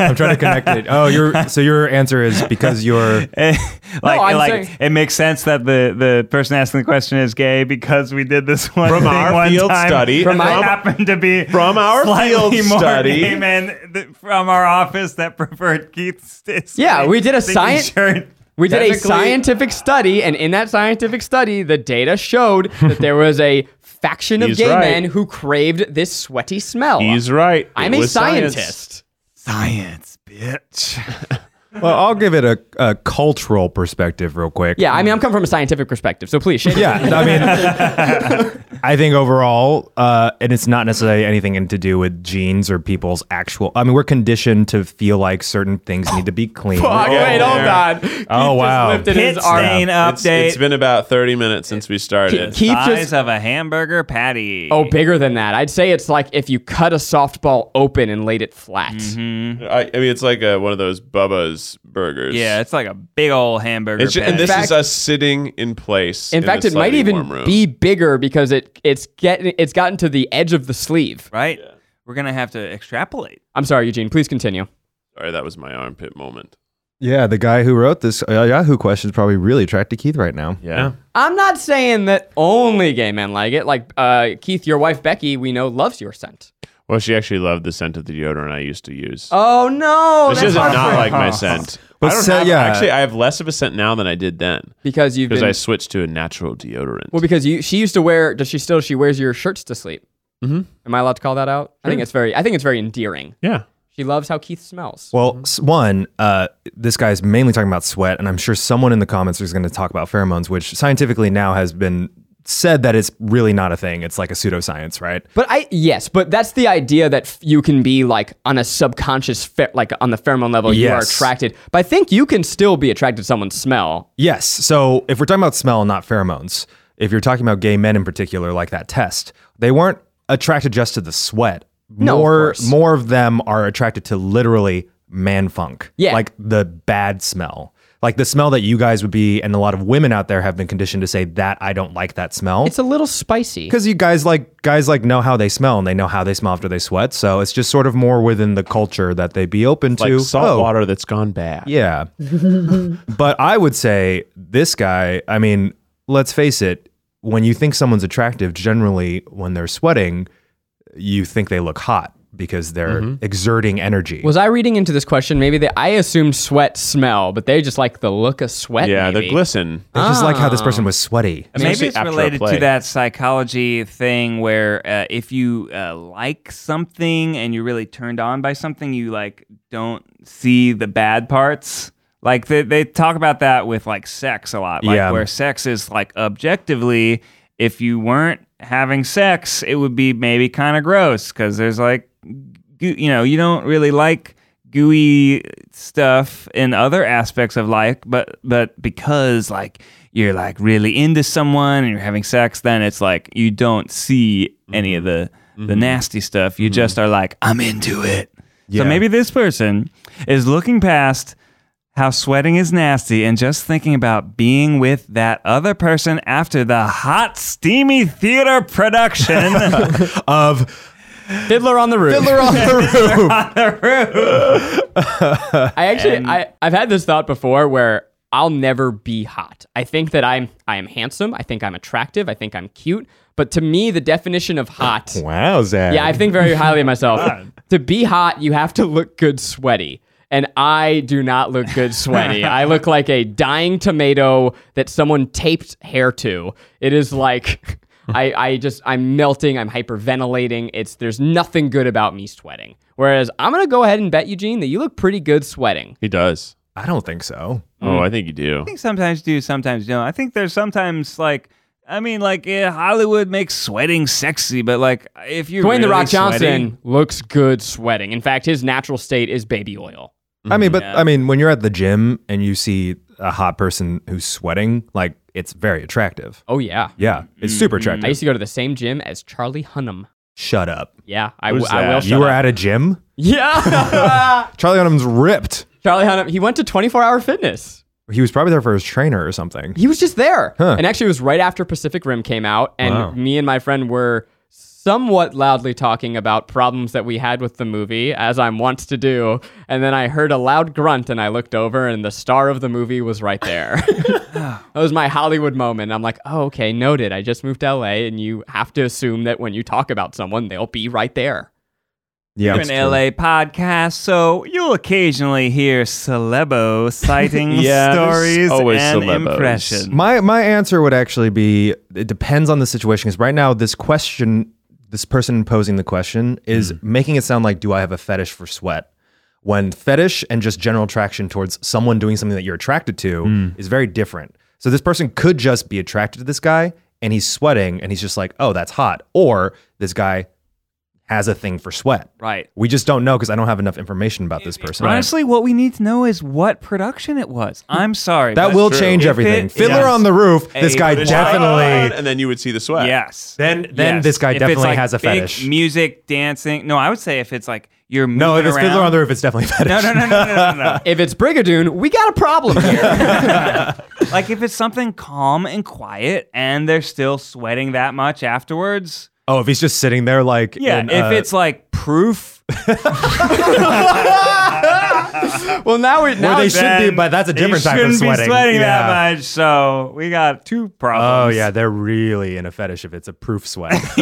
D: I'm trying to connect it. Oh, your so your answer is because you're
F: like
C: I'm
F: Eh, like
C: saying-
F: it makes sense that the the person asking the question is gay because we did this one
B: From
F: thing
B: our
F: one
B: field
F: time,
B: study.
F: From
B: From
F: and
B: our-
F: it happened to be
B: from our
F: slightly
B: field
F: more
B: study.
F: gay men th- from our office that preferred Keith's. his
C: Yeah, we did a
F: stinky
C: science-
F: Shirt.
C: we did a
B: Technically-
C: scientific study and in that scientific study the data showed that there was a faction of
B: He's
C: gay
B: right.
C: men who craved this sweaty smell
B: He's right. It
C: i'm a
B: was science.
C: scientist
F: Science, bitch.
D: Well, I'll give it a, a cultural perspective real quick.
C: yeah i mean i'm coming from a scientific perspective so please shake it.
D: Yeah. I mean, I think overall, uh, and it's not necessarily anything to do with genes or people's actual. I mean, we're conditioned to feel like certain things need to be clean.
C: Fuck, wait hold on Keith
D: Oh, wow.
C: just lifted
F: Pit
C: his arm.
F: stain
B: It's-
F: update.
B: it's been about 30 minutes since we started.
C: Keith
F: size
C: just
F: of a hamburger patty.
C: Oh, bigger than that. I'd say it's like if you cut a softball open and laid it
B: I,
C: flat.
B: I mean, it's like uh one of those Bubba's burgers.
F: yeah, it's like a big old hamburger.
B: It's ju-
F: patty.
B: and this
C: fact-
B: is us sitting in place.
C: In fact,
B: a
C: it might
B: slightly
C: even
B: warm room.
C: be bigger because it it's getting it's gotten to the edge of the sleeve.
F: right? We're gonna have to extrapolate.
C: I'm sorry, Eugene. Please continue.
B: Sorry, that was my armpit moment.
D: Yeah, the guy who wrote this uh, Yahoo question is probably really attracted to Keith right now.
B: Yeah.
C: I'm not saying that only gay men like it. Like uh, Keith, your wife Becky, we know loves your scent.
B: Well, she actually loved the scent of the deodorant I used to use.
C: Oh no,
B: But she
C: that's
B: doesn't
C: hard for-
B: not like my scent.
D: But
B: I don't
D: so-
B: have-
D: yeah.
B: Actually, I have less of a scent now than I did then
C: because you've
B: because
C: been
B: I switched to a natural deodorant.
C: well because you she used to wear. Does she still? She wears your shirts to sleep. Mm-hmm. Am I allowed to call that out? I think it's very. I think it's very endearing.
B: yeah.
C: She loves how Keith smells.
D: Well, s- one, uh, this guy's mainly talking about sweat, and I'm sure someone in the comments is going to talk about pheromones, which scientifically now has been said that it's really not a thing. It's like a pseudoscience, right?
C: But I yes, but that's the idea that f- you can be like on a subconscious pher- like on the pheromone level you are
D: Yes.
C: attracted. But I think you can still be attracted to someone's smell.
D: Yes. So if we're talking about smell, not pheromones, if you're talking about gay men in particular, like that test, they weren't attracted just to the sweat.
C: No, of
D: more,
C: course.
D: more of them are attracted to literally man funk,
C: Yeah.
D: like the bad smell. like the smell that you guys would be, and a lot of women out there have been conditioned to say that I don't like that smell.
A: It's a little spicy.
D: because you guys like guys like know how they smell and they know how they smell after they sweat so it's just sort of more within the culture that they be open
B: Like
D: to
B: salt
D: oh,
B: water that's gone bad.
D: yeah but i would say this guy i mean let's face it when you think someone's attractive generally when they're sweating you think they look hot because they're exerting energy
C: Mm-hmm. Was I reading into this question? Maybe they, I assumed sweat smell, but they just like the look of sweat.
B: Yeah,
C: maybe.
B: the glisten.
D: it's just like how this
C: Ah.
D: person was sweaty
B: Especially
F: Maybe it's
B: after a
F: related
B: play.
F: to that psychology thing where uh, if you uh, like something and you're really turned on by something, you like don't see the bad parts. Like they, they talk about that with like sex a lot. Like
D: Yeah.
F: where sex is like objectively, if you weren't having sex, it would be maybe kind of gross because there's like, goo- you know, you don't really like gooey stuff in other aspects of life, but but because like you're like really into someone and you're having sex, then it's like you don't see any of the the nasty stuff. You just are like, I'm into it.
D: Yeah.
F: So maybe this person is looking past how sweating is nasty and just thinking about being with that other person after the hot steamy theater production
D: of
C: Fiddler on the Roof.
D: fiddler on the roof
C: I actually, I, I've had this thought before where I'll never be hot. I think that I'm, I am handsome. I think I'm attractive. I think I'm cute. But to me, the definition of hot.
D: wow zach
C: Yeah, I think very highly of myself. to be hot, you have to look good sweaty. And I do not look good sweaty. I look like a dying tomato that someone taped hair to. It is like I, I just I'm melting, I'm hyperventilating. It's there's nothing good about me sweating. Whereas I'm gonna go ahead and bet Eugene that you look pretty good sweating.
B: He does.
D: I don't think so
B: Oh, I think you do.
F: think sometimes do, sometimes don't. I think there's sometimes like, I mean, like yeah, Hollywood makes sweating sexy, but like if you're
C: Dwayne the
F: really
C: Rock
F: sweaty-
C: Johnson looks good sweating. In fact, his natural state is baby oil.
D: I mean, but
C: Mm-hmm.
D: I mean, when you're at the gym and you see a hot person who's sweating, like it's very attractive.
C: Oh yeah.
D: Yeah, it's super
C: Mm-hmm. I
D: attractive.
C: used to go to the same gym as Charlie Hunnam.
D: Shut up.
C: Yeah, I,
B: Who's
C: w- I will.
B: that?
C: shut
D: You were
C: up.
D: at a gym.
C: Yeah.
D: Charlie Hunnam's ripped.
C: Charlie Hunnam, he went to 24 Hour Fitness.
D: He was probably there for his trainer or something.
C: He was just there.
D: Huh.
C: And actually, it was right after Pacific Rim came out. And
D: Wow.
C: me and my friend were somewhat loudly talking about problems that we had with the movie, as I'm wont to do. And then I heard a loud grunt and I looked over, and the star of the movie was right there. that was my Hollywood moment. I'm like, oh, okay, noted. I just moved to LA, and you have to assume that when you talk about someone, they'll be right there.
D: Yeah,
F: You're
D: that's
F: an
D: true.
F: LA podcast, so you'll occasionally hear celebo citing
B: Yeah, there's
F: stories
B: always
F: and
B: celebos.
F: impressions.
D: My my answer would actually be it depends on the situation because right now this question, this person posing the question is making it sound like do I have a fetish for sweat? When fetish and just general attraction towards someone doing something that you're attracted to is very different. So this person could just be attracted to this guy and he's sweating and he's just like, oh, that's hot. Or this guy has a thing for sweat.
F: Right.
D: We just don't know because I don't have enough information about this person.
F: Honestly, what we need to know is what production it was. I'm sorry.
D: That
F: but-
D: will change
F: If
D: everything.
F: it
D: Fiddler
F: is-
D: on the Roof. This
F: a
D: guy
F: wild-
D: definitely.
B: And then you would see the sweat.
F: Yes.
D: Then- then
F: Yes.
D: this guy
F: If it's,
D: definitely
F: like,
D: has a
F: big
D: fetish.
F: Music, dancing. No, I would say if it's like you're moving
D: No, if it's Fiddler
F: around-
D: on the Roof, it's definitely fetish.
F: No, no, no, no, no, no, no.
C: If it's Brigadoon, we got a problem here.
F: like if it's something calm and quiet and they're still sweating that much afterwards.
D: Oh, if he's just sitting there like
F: Yeah.
D: in,
F: if
D: uh,
F: it's like proof,
C: well, now we now
D: Or they
C: it's-
D: should be,
F: then
D: but that's a
F: you
D: different type of
F: shouldn't
D: sweating.
F: Be sweating
D: Yeah.
F: that much. So we got two
D: Oh
F: problems.
D: yeah, they're really in a fetish if it's a proof sweat.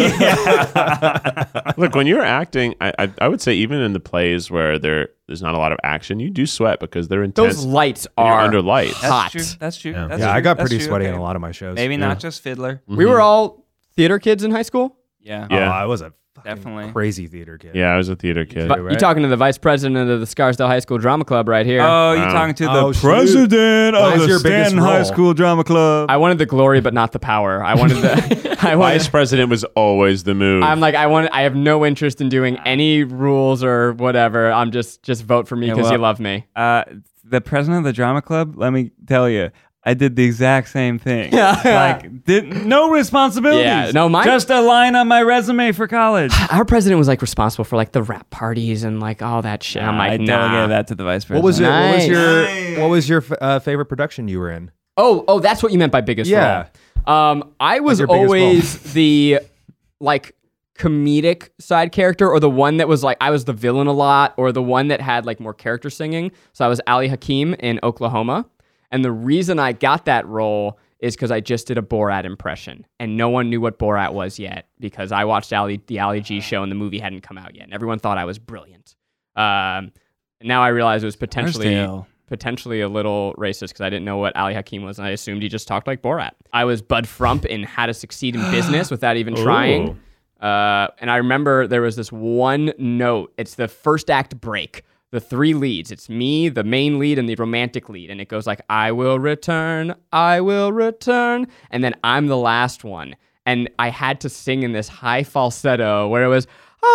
B: Look, when you're acting, I, I I would say even in the plays where there there's not a lot of action, you do sweat because they're intense.
C: Those lights
B: and you're
C: are
B: under lights.
F: That's
C: hot.
F: true. That's true. That's
D: yeah,
F: true.
D: I got
F: That's
D: pretty
F: true.
D: sweaty
F: Okay.
D: in a lot of my shows.
F: Maybe
D: Yeah.
F: not just Fiddler.
C: We were all theater kids in high school.
F: Yeah.
D: Oh,
B: Yeah.
D: I was a fucking
F: Definitely.
D: crazy theater kid.
B: Yeah, I was a theater kid.
C: But you
D: right?
C: talking to the vice president of the Scarsdale High School Drama Club right here.
F: Oh, you're
B: Wow.
F: talking to the
D: Oh, shoot. Why is your biggest role?
F: Drama Club.
C: I wanted the glory, but not the power. I wanted the. I
B: Vice
C: wanted.
B: president was always the move.
C: I'm like I want. I have no interest in doing any rules or whatever. I'm just just vote for me because you
F: well-
C: love me.
F: Uh, the president of the drama club, let me tell you, I did the exact same thing. like, did, no responsibilities.
C: Yeah, no, mine-
F: Just a line on my resume for college.
C: Our president was like responsible for like the rap parties and like all that shit. I'm
F: I
C: like, nah.
F: delegated that to the vice president.
D: What was your
C: Nice.
D: what was your what was your f- uh, favorite production you were in?
C: Oh, oh, that's what you meant by biggest
D: Yeah.
C: role. Um, I was
D: your biggest role.
C: always the like comedic side character or the one that was like I was the villain a lot or the one that had like more character singing. So I was Ali Hakim in Oklahoma. And the reason I got that role is because I just did a Borat impression and no one knew what Borat was yet because I watched Ali the Ali G show and the movie hadn't come out yet. And everyone thought I was brilliant. Um, now I realize it was potentially
F: Barksdale.
C: potentially a little racist because I didn't know what Ali Hakim was, and I assumed he just talked like Borat. I was Bud Frump in How to Succeed in Business Without Even Trying. Uh, and I remember there was this one note. It's the first act break. The three leads. It's me, the main lead, and the romantic lead. And it goes like, I will return, I will return. And then I'm the last one. And I had to sing in this high falsetto where it was,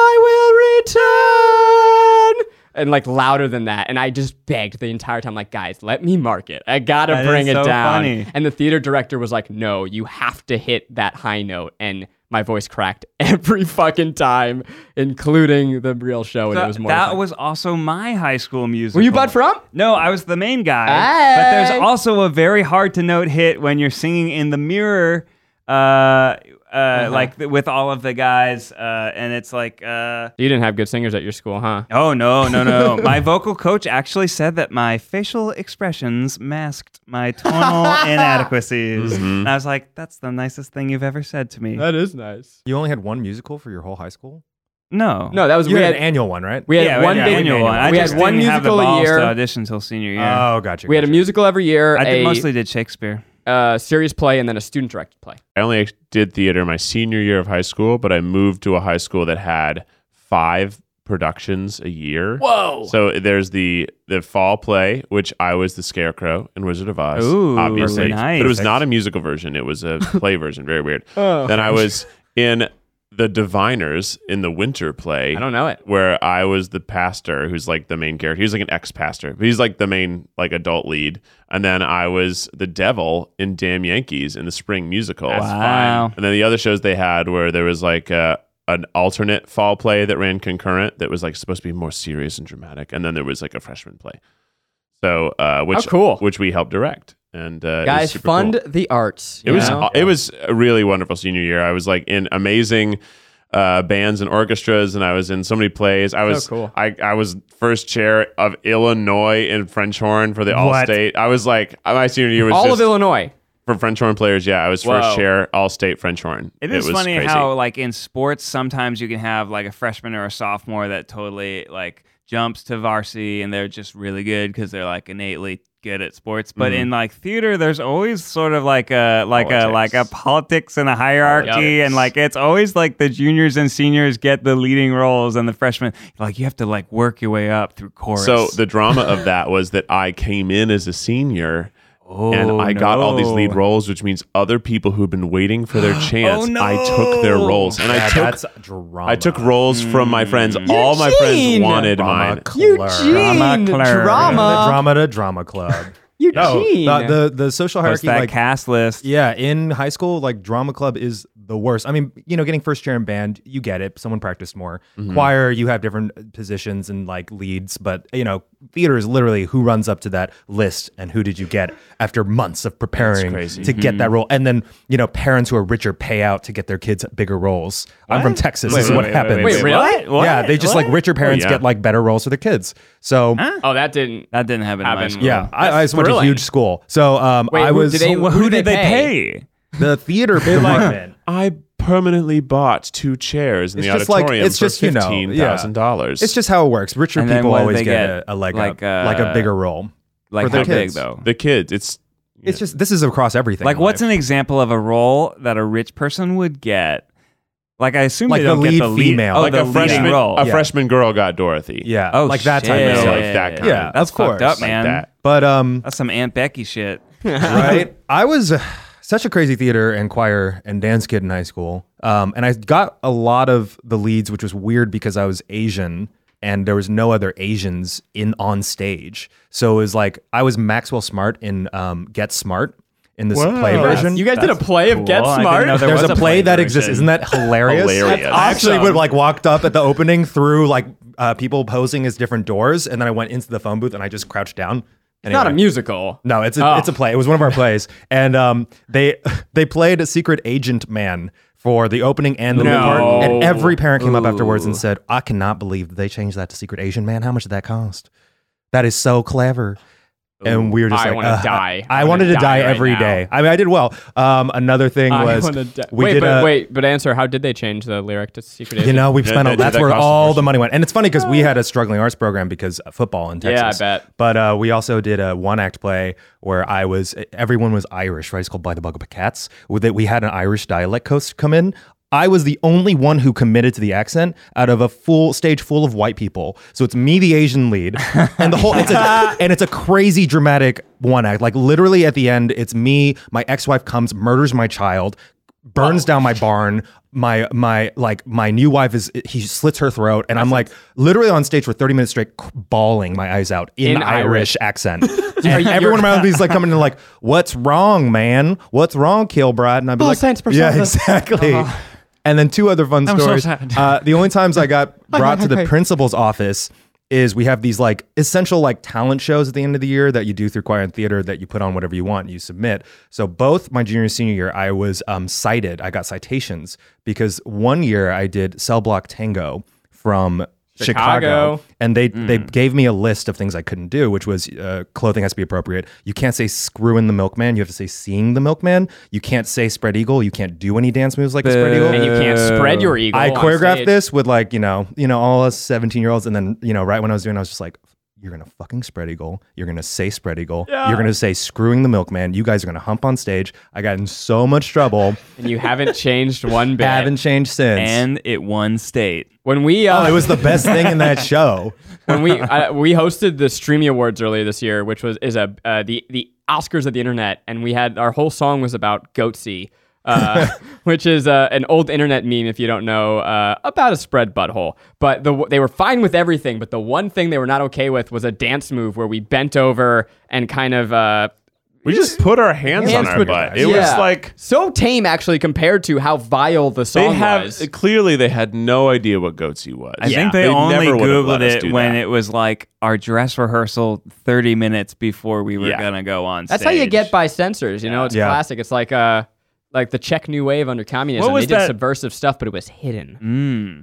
C: I will return on!" and like louder than that. And I just begged the entire time, like, guys, let me mark it. I gotta
F: That is
C: bring it
F: so
C: down.
F: funny.
C: And the theater director was like, no, you have to hit that high note. And my voice cracked every fucking time, including the real show. And it was more.
F: that was also my high school music.
C: Were you Bud From?
F: No, I was the main guy. But
C: Hey.
F: there's also a very hard to note hit when you're singing in the mirror, uh, uh,
C: Uh-huh.
F: like th- with all of the guys, uh, and it's like, uh,
C: You didn't have good singers at your school, huh?
F: oh no, no, no. my vocal coach actually said that my facial expressions masked my tonal inadequacies, and I was like, that's the nicest thing you've ever said to me.
C: is nice.
D: You only had one musical for your whole high school.
F: no,
C: No, that was
D: You
C: we
D: had
C: had,
D: an annual one, right?
C: we had
F: yeah,
C: one
F: yeah,
C: big
F: annual one. I
C: We
F: just
C: had one
F: didn't have
C: musical
F: the
C: a
F: balls to
C: year.
F: audition until senior year.
D: Oh, gotcha.
C: We had a
D: gotcha.
C: musical every year,
F: I did,
C: a
F: mostly did Shakespeare.
C: uh, serious play, and then a student directed play.
B: I only did theater my senior year of high school, but I moved to a high school that had five productions a year.
C: Whoa!
B: So there's the the fall play, which I was the Scarecrow in Wizard of Oz,
F: Ooh,
B: obviously,
F: nice.
B: but it was not a musical version; it was a play version. Very weird.
F: Oh.
B: Then
C: Oh.
B: I was in the Diviners in the winter play.
C: I don't know it.
B: Where I was the pastor, who's like the main character. He's like an ex-pastor, but he's like the main like adult lead. And then I was the devil in Damn Yankees in the spring musical.
F: wow.
B: And then the other shows they had where there was like uh an alternate fall play that ran concurrent that was like supposed to be more serious and dramatic, and then there was like a freshman play. So uh, which
C: How cool.
B: which we helped direct and uh, it was
C: Guys,
B: super cool.
C: fund the arts.
B: It
C: you
B: was
C: know?
B: it was a really wonderful senior year. I was like in amazing uh, bands and orchestras, and I was in so many plays. I was
C: cool.
B: I I was first chair of Illinois in French horn for the
D: What?
B: Allstate. I was like my senior year was
C: all
B: just,
C: of Illinois.
B: for French horn players. Yeah, I was
C: Whoa.
B: first chair All-State French horn.
F: It is
B: was
F: funny
B: crazy.
F: how like in sports sometimes you can have like a freshman or a sophomore that totally like jumps to varsity and they're just really good because they're like innately good at sports. But
B: Mm-hmm.
F: in like theater, there's always sort of like a like a like
B: Politics.
F: a politics and a hierarchy,
C: Politics.
F: and like it's always like the juniors and seniors get the leading roles, and the freshmen like you have to like work your way up through chorus.
B: So the drama of that was that I came in as a senior. and I got all these lead
F: Oh, no.
B: roles, which means other people who've been waiting for their chance, I
F: no.
B: took their roles, and I
D: Yeah,
B: took
D: that's drama.
B: I took roles from my friends. All my
C: Mm. Eugene!
B: friends wanted
D: drama
B: mine.
D: club.
F: Drama clerk.
D: The drama to drama club.
C: Eugene.
D: No, the, the the social
F: Post
D: hierarchy
F: that
D: like
F: cast list.
D: yeah, in high school, like drama club is the worst. I mean, you know, getting first chair in band, you get it. Someone practiced more. Choir, you have different positions and like leads, but you know, theater is literally who runs up to that list and who did you get after months of preparing
B: crazy.
D: to get that role. And then, you know, parents who are richer pay out to get their kids bigger roles. I'm from Texas. this is
B: wait,
D: what
B: wait, wait,
D: happens.
C: wait, really?
F: What? What?
D: Yeah, they just
F: What?
D: like richer parents
B: yeah.
D: get like better roles for their kids. So
C: oh, that didn't.
F: That didn't happen. in my
C: Happen.
F: school.
D: yeah, I, I
C: That's
D: just went to a
C: thrilling.
D: huge school. So um,
C: Wait,
D: I
C: who-
D: was
C: did they-
F: Who,
C: Who
F: did they pay?
D: the theater department.
B: I permanently bought two chairs in
D: It's
B: the
D: just like-
B: auditorium
D: it's
B: for
D: just, you know, yeah.
B: fifteen thousand dollars.
D: It's just how it works. Richer
F: And then
D: people
F: what do
D: always
F: they
D: get,
F: get?
D: A, a leg
F: Like,
D: up, like a
F: uh,
D: bigger role.
F: Like
D: For their
F: how big
D: kids.
F: though?
B: the kids. It's
D: It's just this is across everything.
F: Like
D: in
F: what's
D: life.
F: an example of a role that a rich person would get? Like I assume
D: Like
F: they
D: the
F: don't
D: lead
F: get the lead,
D: female.
F: oh,
D: Like
B: like
F: the
B: a freshman.
F: leading role.
B: A
D: Yeah.
B: freshman girl got Dorothy.
D: yeah,
F: Oh,
D: like that type
F: shit.
D: of
B: You know,
D: stuff.
B: like that kind.
D: Yeah,
B: of,
F: That's
D: of course.
F: fucked up,
B: like
F: man.
B: that.
D: But um,
F: That's some Aunt Becky shit.
D: right? I was uh, such a crazy theater and choir and dance kid in high school. Um, and I got a lot of the leads, which was weird because I was Asian and there was no other Asians in on stage. So it was like I was Maxwell Smart in um, Get Smart. in this
G: Wow.
D: play
G: Yes.
D: version.
C: You guys did a play of Get
F: cool. I didn't
C: Smart.
F: know there
D: There's
F: was
D: a
F: a play
D: play that
F: version.
D: exists. Isn't that hilarious?
B: Hilarious. That's
D: I actually
C: awesome.
D: would like walked up at the opening through like uh, people posing as different doors, and then I went into the phone booth and I just crouched down.
C: It's not a
D: Anyway.
C: musical.
D: No, it's a,
C: Oh.
D: it's a play. It was one of our plays, and um, they they played Secret Agent Man for the opening and the
C: No.
D: lead part, and every parent came up afterwards and said, "I cannot believe that they changed that to Secret Agent Man. How much did that cost? That is so clever." And we were just
C: I
D: like,
C: wanna
D: "Ugh,
C: die.
D: I,
C: I wanna
D: wanted to
C: die
D: die,
C: right
D: every
C: now."
D: day. I mean, I did well. Um, another thing
C: I
D: was
C: wanna di-
D: we
C: wait,
D: did
C: but
D: a,
C: wait, but answer. How did they change the lyric to Secret Agent?
D: you know, we've
B: Yeah,
D: spent
B: that-
D: all, that's
B: that
D: where
B: costs the
D: all
B: first
D: the money went. And it's funny because we had a struggling arts program because of football in
C: Yeah, I
D: Texas.
C: bet.
D: But uh, we also did a one act play where I was, everyone was Irish, right? It's called By the Bug of Cats. With it, we had an Irish dialect coach come in. I was the only one who committed to the accent out of a full stage full of white people. So it's me, the Asian lead, and the whole it's a, and it's a crazy dramatic one act. Like literally at the end, it's me. My ex wife comes, murders my child, burns down my barn. My my like my new wife is he slits her throat, and I'm like literally on stage for 30 minutes straight, c- bawling my eyes out in,
C: In Irish.
D: Irish, accent. and everyone around me is like coming in like, "What's wrong, man? What's wrong, Kilbride?" And I'd be
C: Oh,
D: like,
C: science
D: "Yeah,
C: persona."
D: exactly." And then two other fun
F: I'm so
D: stories.
F: sad.
D: Uh, the only times I got brought
C: hi,
D: to the
C: hi.
D: principal's office is we have these like essential like talent shows at the end of the year that you do through choir and theater that you put on whatever you want you submit so both my junior and senior year i was um, cited i got citations because one year i did cell block tango from
C: Chicago.
D: chicago,
C: Hmm.
D: and they they gave me a list of things i couldn't do which was uh, clothing has to be appropriate you can't say screw in the milkman you have to say seeing the milkman you can't say spread eagle you can't do any dance moves like the spread eagle
C: and you can't spread your eagle.
D: I
C: on
D: choreographed
C: stage.
D: this with like, you know, you know, all us 17 year olds. And then, you know, right when I was doing, it, I was just like, you're going to fucking spread eagle. You're going to say spread eagle. You're going to say screwing the milkman. You guys are going to hump on stage. I got in so much trouble.
C: and you haven't changed one bit.
D: Haven't changed since.
F: And it won state.
C: When we
D: oh,
C: uh,
D: it was the best thing in that show.
C: when we uh, we hosted the Streamy Awards earlier this year, which was is a uh, the the Oscars of the internet, and we had our whole song was about Goatsy, uh, which is uh, an old internet meme if you don't know uh, about a spread butthole. But the they were fine with everything, but the one thing they were not okay with was a dance move where we bent over and kind of. Uh,
B: We just put our hands,
C: Hands
B: on our
C: put-
B: butt. It
C: yeah.
B: was like
C: so tame, actually, compared to how vile the song
B: they have
C: was.
B: clearly they had no idea what goatsy was.
F: I think they,
B: They
F: only
B: never would've let
F: googled
B: us
F: it
B: do
F: when
B: that.
F: it was like our dress rehearsal 30 minutes before we were
B: Yeah.
F: gonna go on.
C: That's
F: stage.
C: how you get by censors. You know, it's
D: Yeah.
C: classic. It's like uh, like the Czech New Wave under communism.
F: What was
C: they did
F: that-
C: subversive stuff, but it was hidden.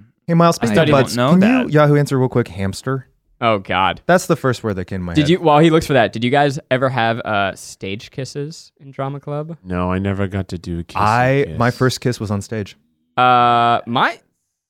F: Mm.
D: Hey, Miles, speaking
F: I
D: of
F: don't
D: buds,
F: know
D: can you
F: that.
D: Yahoo answer real quick? Hamster.
C: Oh God.
D: That's the first word that came to my
C: Did
D: head.
C: you? While he looks for that, did you guys ever have uh, stage kisses in drama club?
B: No, I never got to do a kiss.
D: I,
B: and kiss.
D: my first kiss was on stage.
C: Uh, my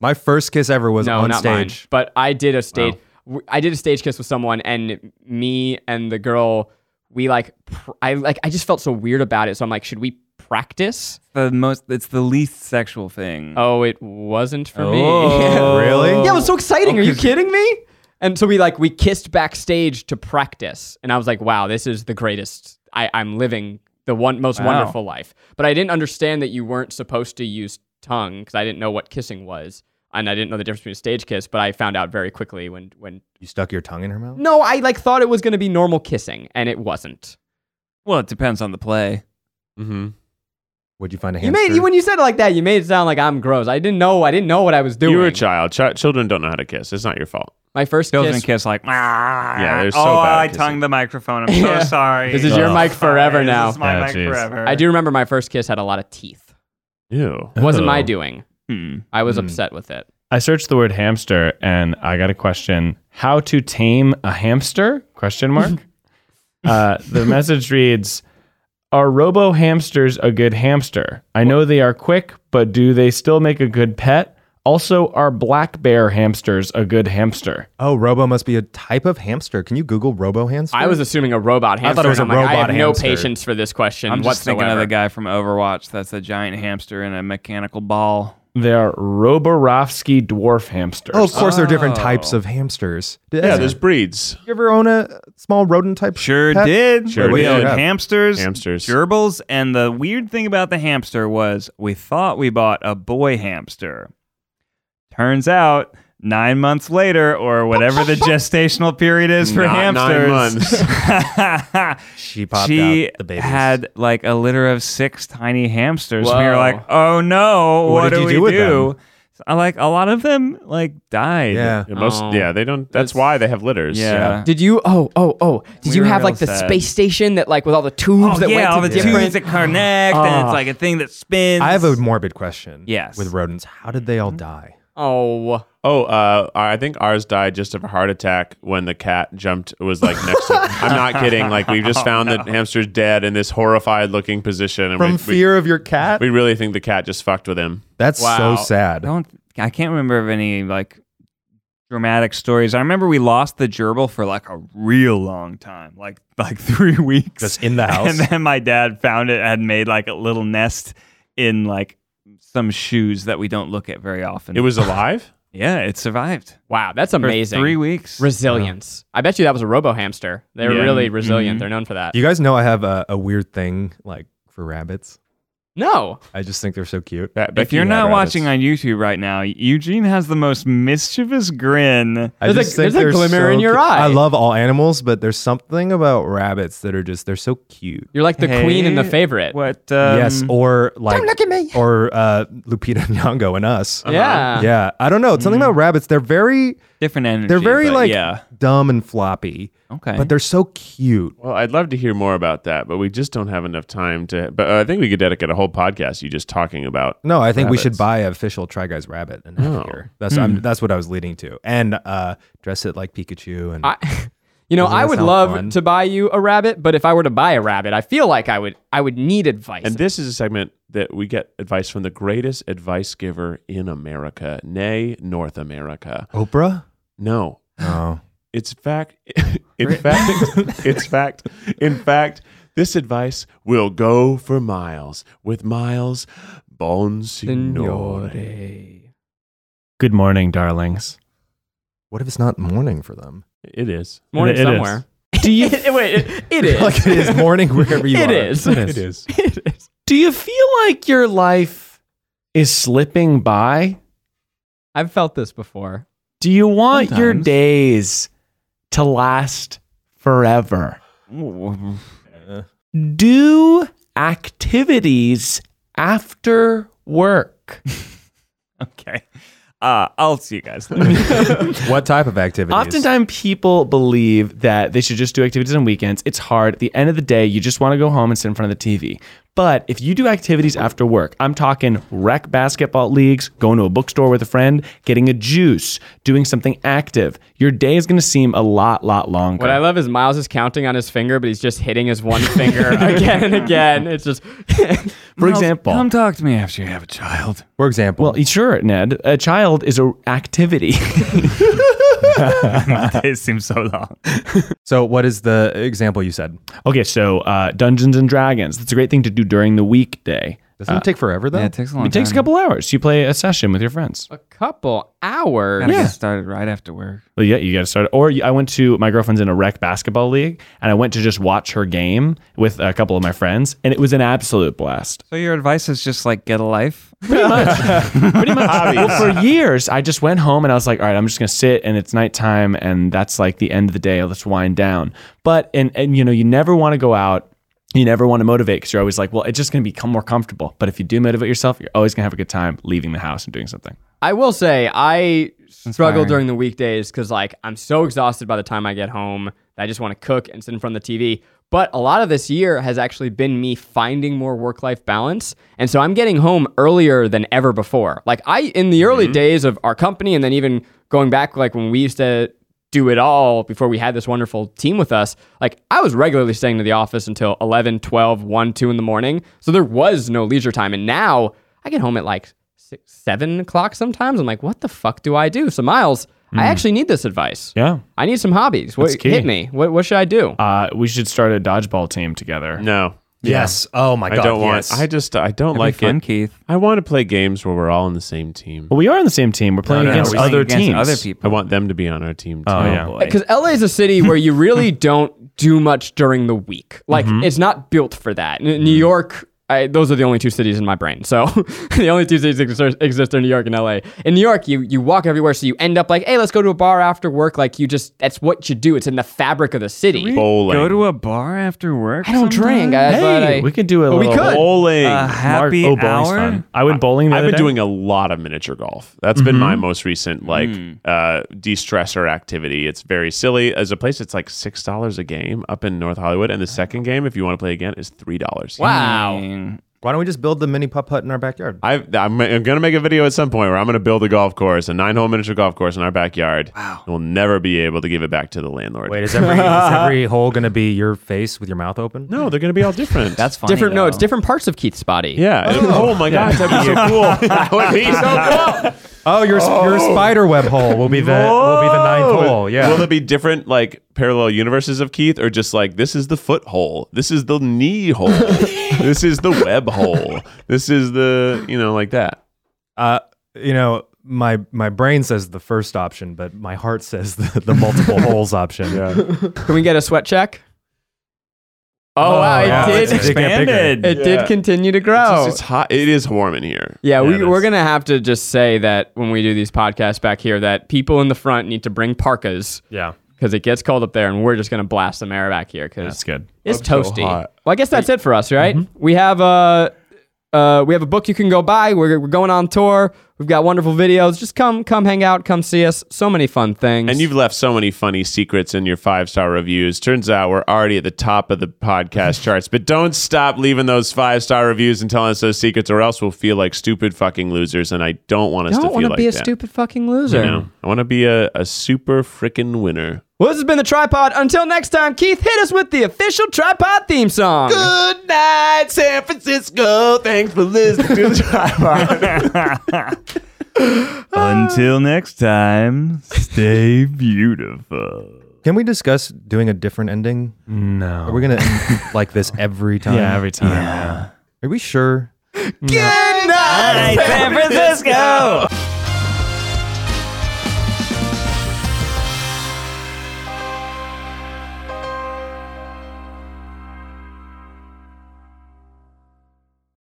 D: My first kiss ever was
C: no,
D: on
C: not mine.
D: stage.
C: But I did a stage. w I I did a stage kiss with someone, and me and the girl, we like. Pr- I like. I just felt so weird about it. So I'm like, should we practice?
F: The most. It's the least sexual thing.
C: Oh, it wasn't for me.
F: Oh.
D: Really?
C: Yeah, it was so exciting. Are you kidding me? And so we like we kissed backstage to practice, and I was like, "Wow, this is the greatest. I, I'm living the one most
F: Wow.
C: wonderful life." But I didn't understand that you weren't supposed to use tongue because I didn't know what kissing was, and I didn't know the difference between a stage kiss. But I found out very quickly when when
D: You stuck your tongue in her mouth?
C: no, I like thought it was going to be normal kissing, and it wasn't.
F: Well, it depends on the play.
B: Mm-hmm.
D: Would you find a
C: You
D: hamster?
C: made when you said it like that, you made it sound like I'm gross. I didn't know. I didn't know what I was doing.
B: You were a child. Chi- children don't know how to kiss. It's not your fault.
C: My first
F: Children
C: kiss.
F: kiss like. Yeah,
B: they're so
F: oh,
B: bad at
F: I
B: kissing.
F: tongue the microphone. I'm so
C: Yeah.
F: sorry.
C: This is your
F: Oh,
C: mic forever
F: sorry.
C: now.
F: This is my
B: Oh,
G: Yeah,
F: mic
G: jeez.
F: forever.
C: I do remember my first kiss had a lot of teeth.
B: Ew.
C: It wasn't my
G: Oh.
C: doing.
F: Hmm.
C: I was upset with it.
G: I searched the word hamster and I got a question: How to tame a hamster? Question mark. uh, the message reads: Are robo hamsters a good hamster? I know they are quick, but do they still make a good pet? Also, are black bear hamsters a good hamster?
D: Oh, robo must be a type of hamster. Can you Google robo hamster?
C: I was assuming a robot hamster.
D: thought it was
C: and
D: a
C: I'm like, I
D: robot
C: have no
D: hamster.
C: patience for this question
F: I'm just
C: whatsoever.
F: thinking of the guy from Overwatch. That's a giant hamster in a mechanical ball.
G: They are Roborovsky dwarf hamsters.
D: Oh, of course, there are different types of hamsters. Did
B: Yeah, there's breeds.
D: you ever own a small rodent type?
F: Sure
D: pet?
F: did.
B: Sure
F: we
B: did.
F: owned
D: Yeah.
F: hamsters,
B: Hamsters.
F: gerbils, and the weird thing about the hamster was we thought we bought a boy hamster. Turns out nine months later or whatever the gestational period is for
B: Not
F: hamsters.
B: nine months.
D: She popped
F: she
D: out the babies.
F: had like a litter of six tiny hamsters.
C: Whoa.
F: We were like, oh no, what,
D: did
F: do
D: you
F: we
D: do with
F: do? So I like a lot of them like died.
D: yeah.
B: Yeah, most,
C: Oh.
B: yeah, they don't. That's why they have litters.
F: Yeah.
C: Did you? Oh, oh, oh! Did
F: We
C: you
F: were
C: have
F: real
C: like the
F: sad.
C: space station that like with all the tubes
F: Oh,
C: that
F: yeah,
C: went
F: all
C: to
F: the
C: different?
F: tubes that connect, and
C: Ah.
F: it's like a thing that spins.
D: I have a morbid question.
F: Yes.
D: With rodents, how did they all die?
C: oh,
B: Oh, uh, I think ours died just of a heart attack when the cat jumped. It was like next. to I'm not kidding. Like we
D: Oh,
B: just found the hamster's dead in this horrified-looking position, and
D: From
B: we,
D: fear of your cat?
B: we, we really think the cat just fucked with him.
D: That's
B: Wow.
D: so sad.
F: I don't. I can't remember of any like dramatic stories. I remember we lost the gerbil for like a real long time, like like three weeks.
D: Just in the house.
F: And then my dad found it and made like a little nest in like some shoes that we don't look at very often.
B: It was alive.
F: yeah, it survived
C: wow! That's
F: for
C: amazing.
F: three weeks.
C: Resilience. I bet you that was a robo hamster. They're
B: Yeah.
C: really resilient.
F: Mhm.
C: They're known for that.
D: Do you guys know I have a, a weird thing like for rabbits?
C: no,
D: I just think they're so cute.
B: Be-
F: if
B: Becky
F: you're
B: had
F: not
B: rabbits.
F: watching on YouTube right now, Eugene has the most mischievous grin.
D: I
C: There's a-
D: just think
C: there's a
D: they're
C: glimmer in your
D: cute.
C: eye.
D: I love all animals, but there's something about rabbits that are just they're so cute.
C: you're like the queen and the
F: Hey,
C: favorite.
F: What? Um,
D: yes, oh. or like look at me. Or uh, Lupita Nyong'o and us.
F: Uh-huh.
C: Yeah.
D: Yeah, I don't know. It's something about rabbits. They're very
F: different energy.
D: they're very
F: but
D: like
F: yeah.
D: dumb and floppy,
F: Okay.
D: but they're so cute.
B: Well, I'd love to hear more about that, but we just don't have enough time to. But uh, I think we could dedicate a whole podcast to you just talking about.
D: No, I think we should
B: Rabbits.
D: buy an official Try Guys rabbit and have it here. That's I'm, that's what I was leading to, and uh, dress it like Pikachu. And
C: I, you know,
D: Doesn't
C: I
D: that
C: would
D: sound
C: love
D: fun?
C: to buy you a rabbit, but if I were to buy a rabbit, I feel like I would, I would need advice.
B: And this is a segment that we get advice from the greatest advice giver in America, nay, North America.
D: Oprah.
B: No,
D: Oh,
B: It's fact. In fact, it's fact. In fact, this advice will go for miles with Miles Bonsignore.
G: Good morning, darlings.
D: what if it's not morning for them?
B: It is.
C: Morning
G: It is.
C: somewhere. Do you wait? It, it is.
D: like it is morning wherever you
C: It
D: are.
C: is.
B: It is.
C: It is.
G: Do you feel like your life is slipping by?
C: I've felt this before.
G: Do you want your
F: Sometimes.
G: days to last forever? Do activities after work.
F: okay. Uh, I'll see you guys later.
D: What type of activities?
G: Oftentimes, people believe that they should just do activities on weekends. It's hard. At the end of the day, you just want to go home and sit in front of the TV. But if you do activities after work, I'm talking rec basketball leagues, going to a bookstore with a friend, getting a juice, doing something active, your day is going to seem a lot, lot longer.
C: What I love is Miles is counting on his finger, but he's just hitting his one finger again and again. It's just
G: For example,
F: Come talk to me after you have a child.
D: for example,
G: well, sure, Ned, a child is an activity.
F: it seems so long.
D: so what is the example you said?
G: okay, so uh, Dungeons and Dragons. That's a great thing to do during the weekday.
D: Doesn't it take forever though?
F: Yeah, it takes a long
G: It takes a couple hours. You play a session with your friends.
C: a couple hours.
F: Gotta get started right after work.
G: Well, yeah, you got to start. Or I went to my girlfriend's in a rec basketball league, and I went to just watch her game with a couple of my friends, and it was an absolute blast.
F: So your advice is just like get a life.
G: Pretty much. well, for years, I just went home and I was like, all right, I'm just gonna sit, and it's nighttime, and that's like the end of the day. Let's wind down. But and and you know, you never want to go out. You never want to motivate because you're always like, well, it's just going to become more comfortable. But if you do motivate yourself, you're always going to have a good time leaving the house and doing something.
C: I will say I struggle
F: Inspiring.
C: during the weekdays because like I'm so exhausted by the time I get home that I just want to cook and sit in front of the TV. But a lot of this year has actually been me finding more work life balance. And so I'm getting home earlier than ever before. Like I in the early days of our company and then even going back like when we used to do it all before we had this wonderful team with us like i was regularly staying to the office until 11 12 1 2 in the morning so there was no leisure time and now i get home at like six, seven o'clock sometimes. I'm like, what the fuck do I do? So Miles, I actually need this advice.
G: Hmm. Yeah.
C: I need some hobbies. What
G: That's key.
C: hit me? What what should I do?
G: Uh, we should start a dodgeball team together.
B: No,
D: Yes. Oh my
B: I
D: god.
B: don't
D: yes.
B: want. I just. I don't
F: That'd
B: like
F: be fun,
B: it.
F: Keith.
B: I want to play games where we're all on the same team.
G: Well, we are on the same team. We're playing
F: No, no,
G: against
F: we're playing
G: other
F: against
G: teams.
F: Other
B: I
F: people.
B: want them to be on our team too.
G: Oh, yeah.
C: Because LA is a city where
G: Mm-hmm. Mm.
C: you really don't do much during the week. Like it's not built for that. N- New York I, those are the only two cities in my brain. So the only two cities that exist- exist are New York and LA. In New York, you you walk everywhere, so you end up like, hey, let's go to a bar after work. Like you just that's what you do. It's in the fabric of the city.
B: Bowling.
F: Go to a bar after work.
C: I don't drink. I, but I,
G: Hey, we could do a
C: but we
G: little
C: could.
B: Bowling.
F: A happy
G: oh, bowling's
F: hour.
G: fun. I went bowling. The
B: I've
G: other
B: been
G: day.
B: doing a lot of miniature golf. That's been my most recent like uh, de-stressor activity. It's very silly. As a place, it's like six dollars a game up in North Hollywood, and the second game, if you want to play again, is three dollars.
C: wow.
D: Why don't we just build the mini putt hut in our backyard?
B: i I'm, I'm going to make a video at some point where I'm going to build a golf course, a nine-hole miniature golf course in our backyard. Wow, we'll never be able to give it back to the landlord.
D: Wait, is every, is every hole going to be your face with your mouth open?
B: no, Oh, they're going to be all different.
F: That's funny.
C: Different
F: though.
C: no, it's different parts of Keith's body.
B: yeah. Oh, my god, that'd be so cool. that would be so cool.
D: Oh, your, your spider web hole will be the will be the ninth hole. Yeah.
B: Will there be different like parallel universes of Keith, or just like this is the foot hole, this is the knee hole, this is the web hole, this is the you know like that.
D: Uh, you know, my my brain says the first option, but my heart says the, the multiple holes option. Yeah.
C: Can we get a sweat check? Oh, wow, it
D: yeah.
C: did
D: It's expanded.
C: it did continue to grow.
B: It's, just- it's hot. It is warm in here.
C: Yeah,
D: it
C: we,
D: is.
C: we're gonna have to just say that when we do these podcasts back here, that people in the front need to bring parkas
G: Yeah,
C: because it gets cold up there, and we're just gonna blast some air back here because
G: that's good.
C: it's
B: so
C: toasty.
B: hot.
C: well, I guess that's it for us, right? We have a uh, we have a book you can go buy. We're, we're going on tour. We've got wonderful videos. Just come come hang out, come see us. So many fun things.
B: And you've left so many funny secrets in your five star reviews. Turns out we're already at the top of the podcast charts, but don't stop leaving those five star reviews and telling us those secrets, or else we'll feel like stupid fucking losers. And I don't want us
C: don't
B: to feel
C: want to
B: like
C: be a
B: that.
C: stupid fucking loser.
B: No, I want to be a, a super freaking winner.
C: Well, this has been the tripod. Until next time, Keith, hit us with the official tripod theme song.
B: Good night, San Francisco. Thanks for listening to the tripod.
F: Until next time, stay beautiful.
D: Can we discuss doing a different ending?
G: No.
D: Are we going to end like this every time?
G: yeah, every time. yeah.
D: Are we sure?
B: Good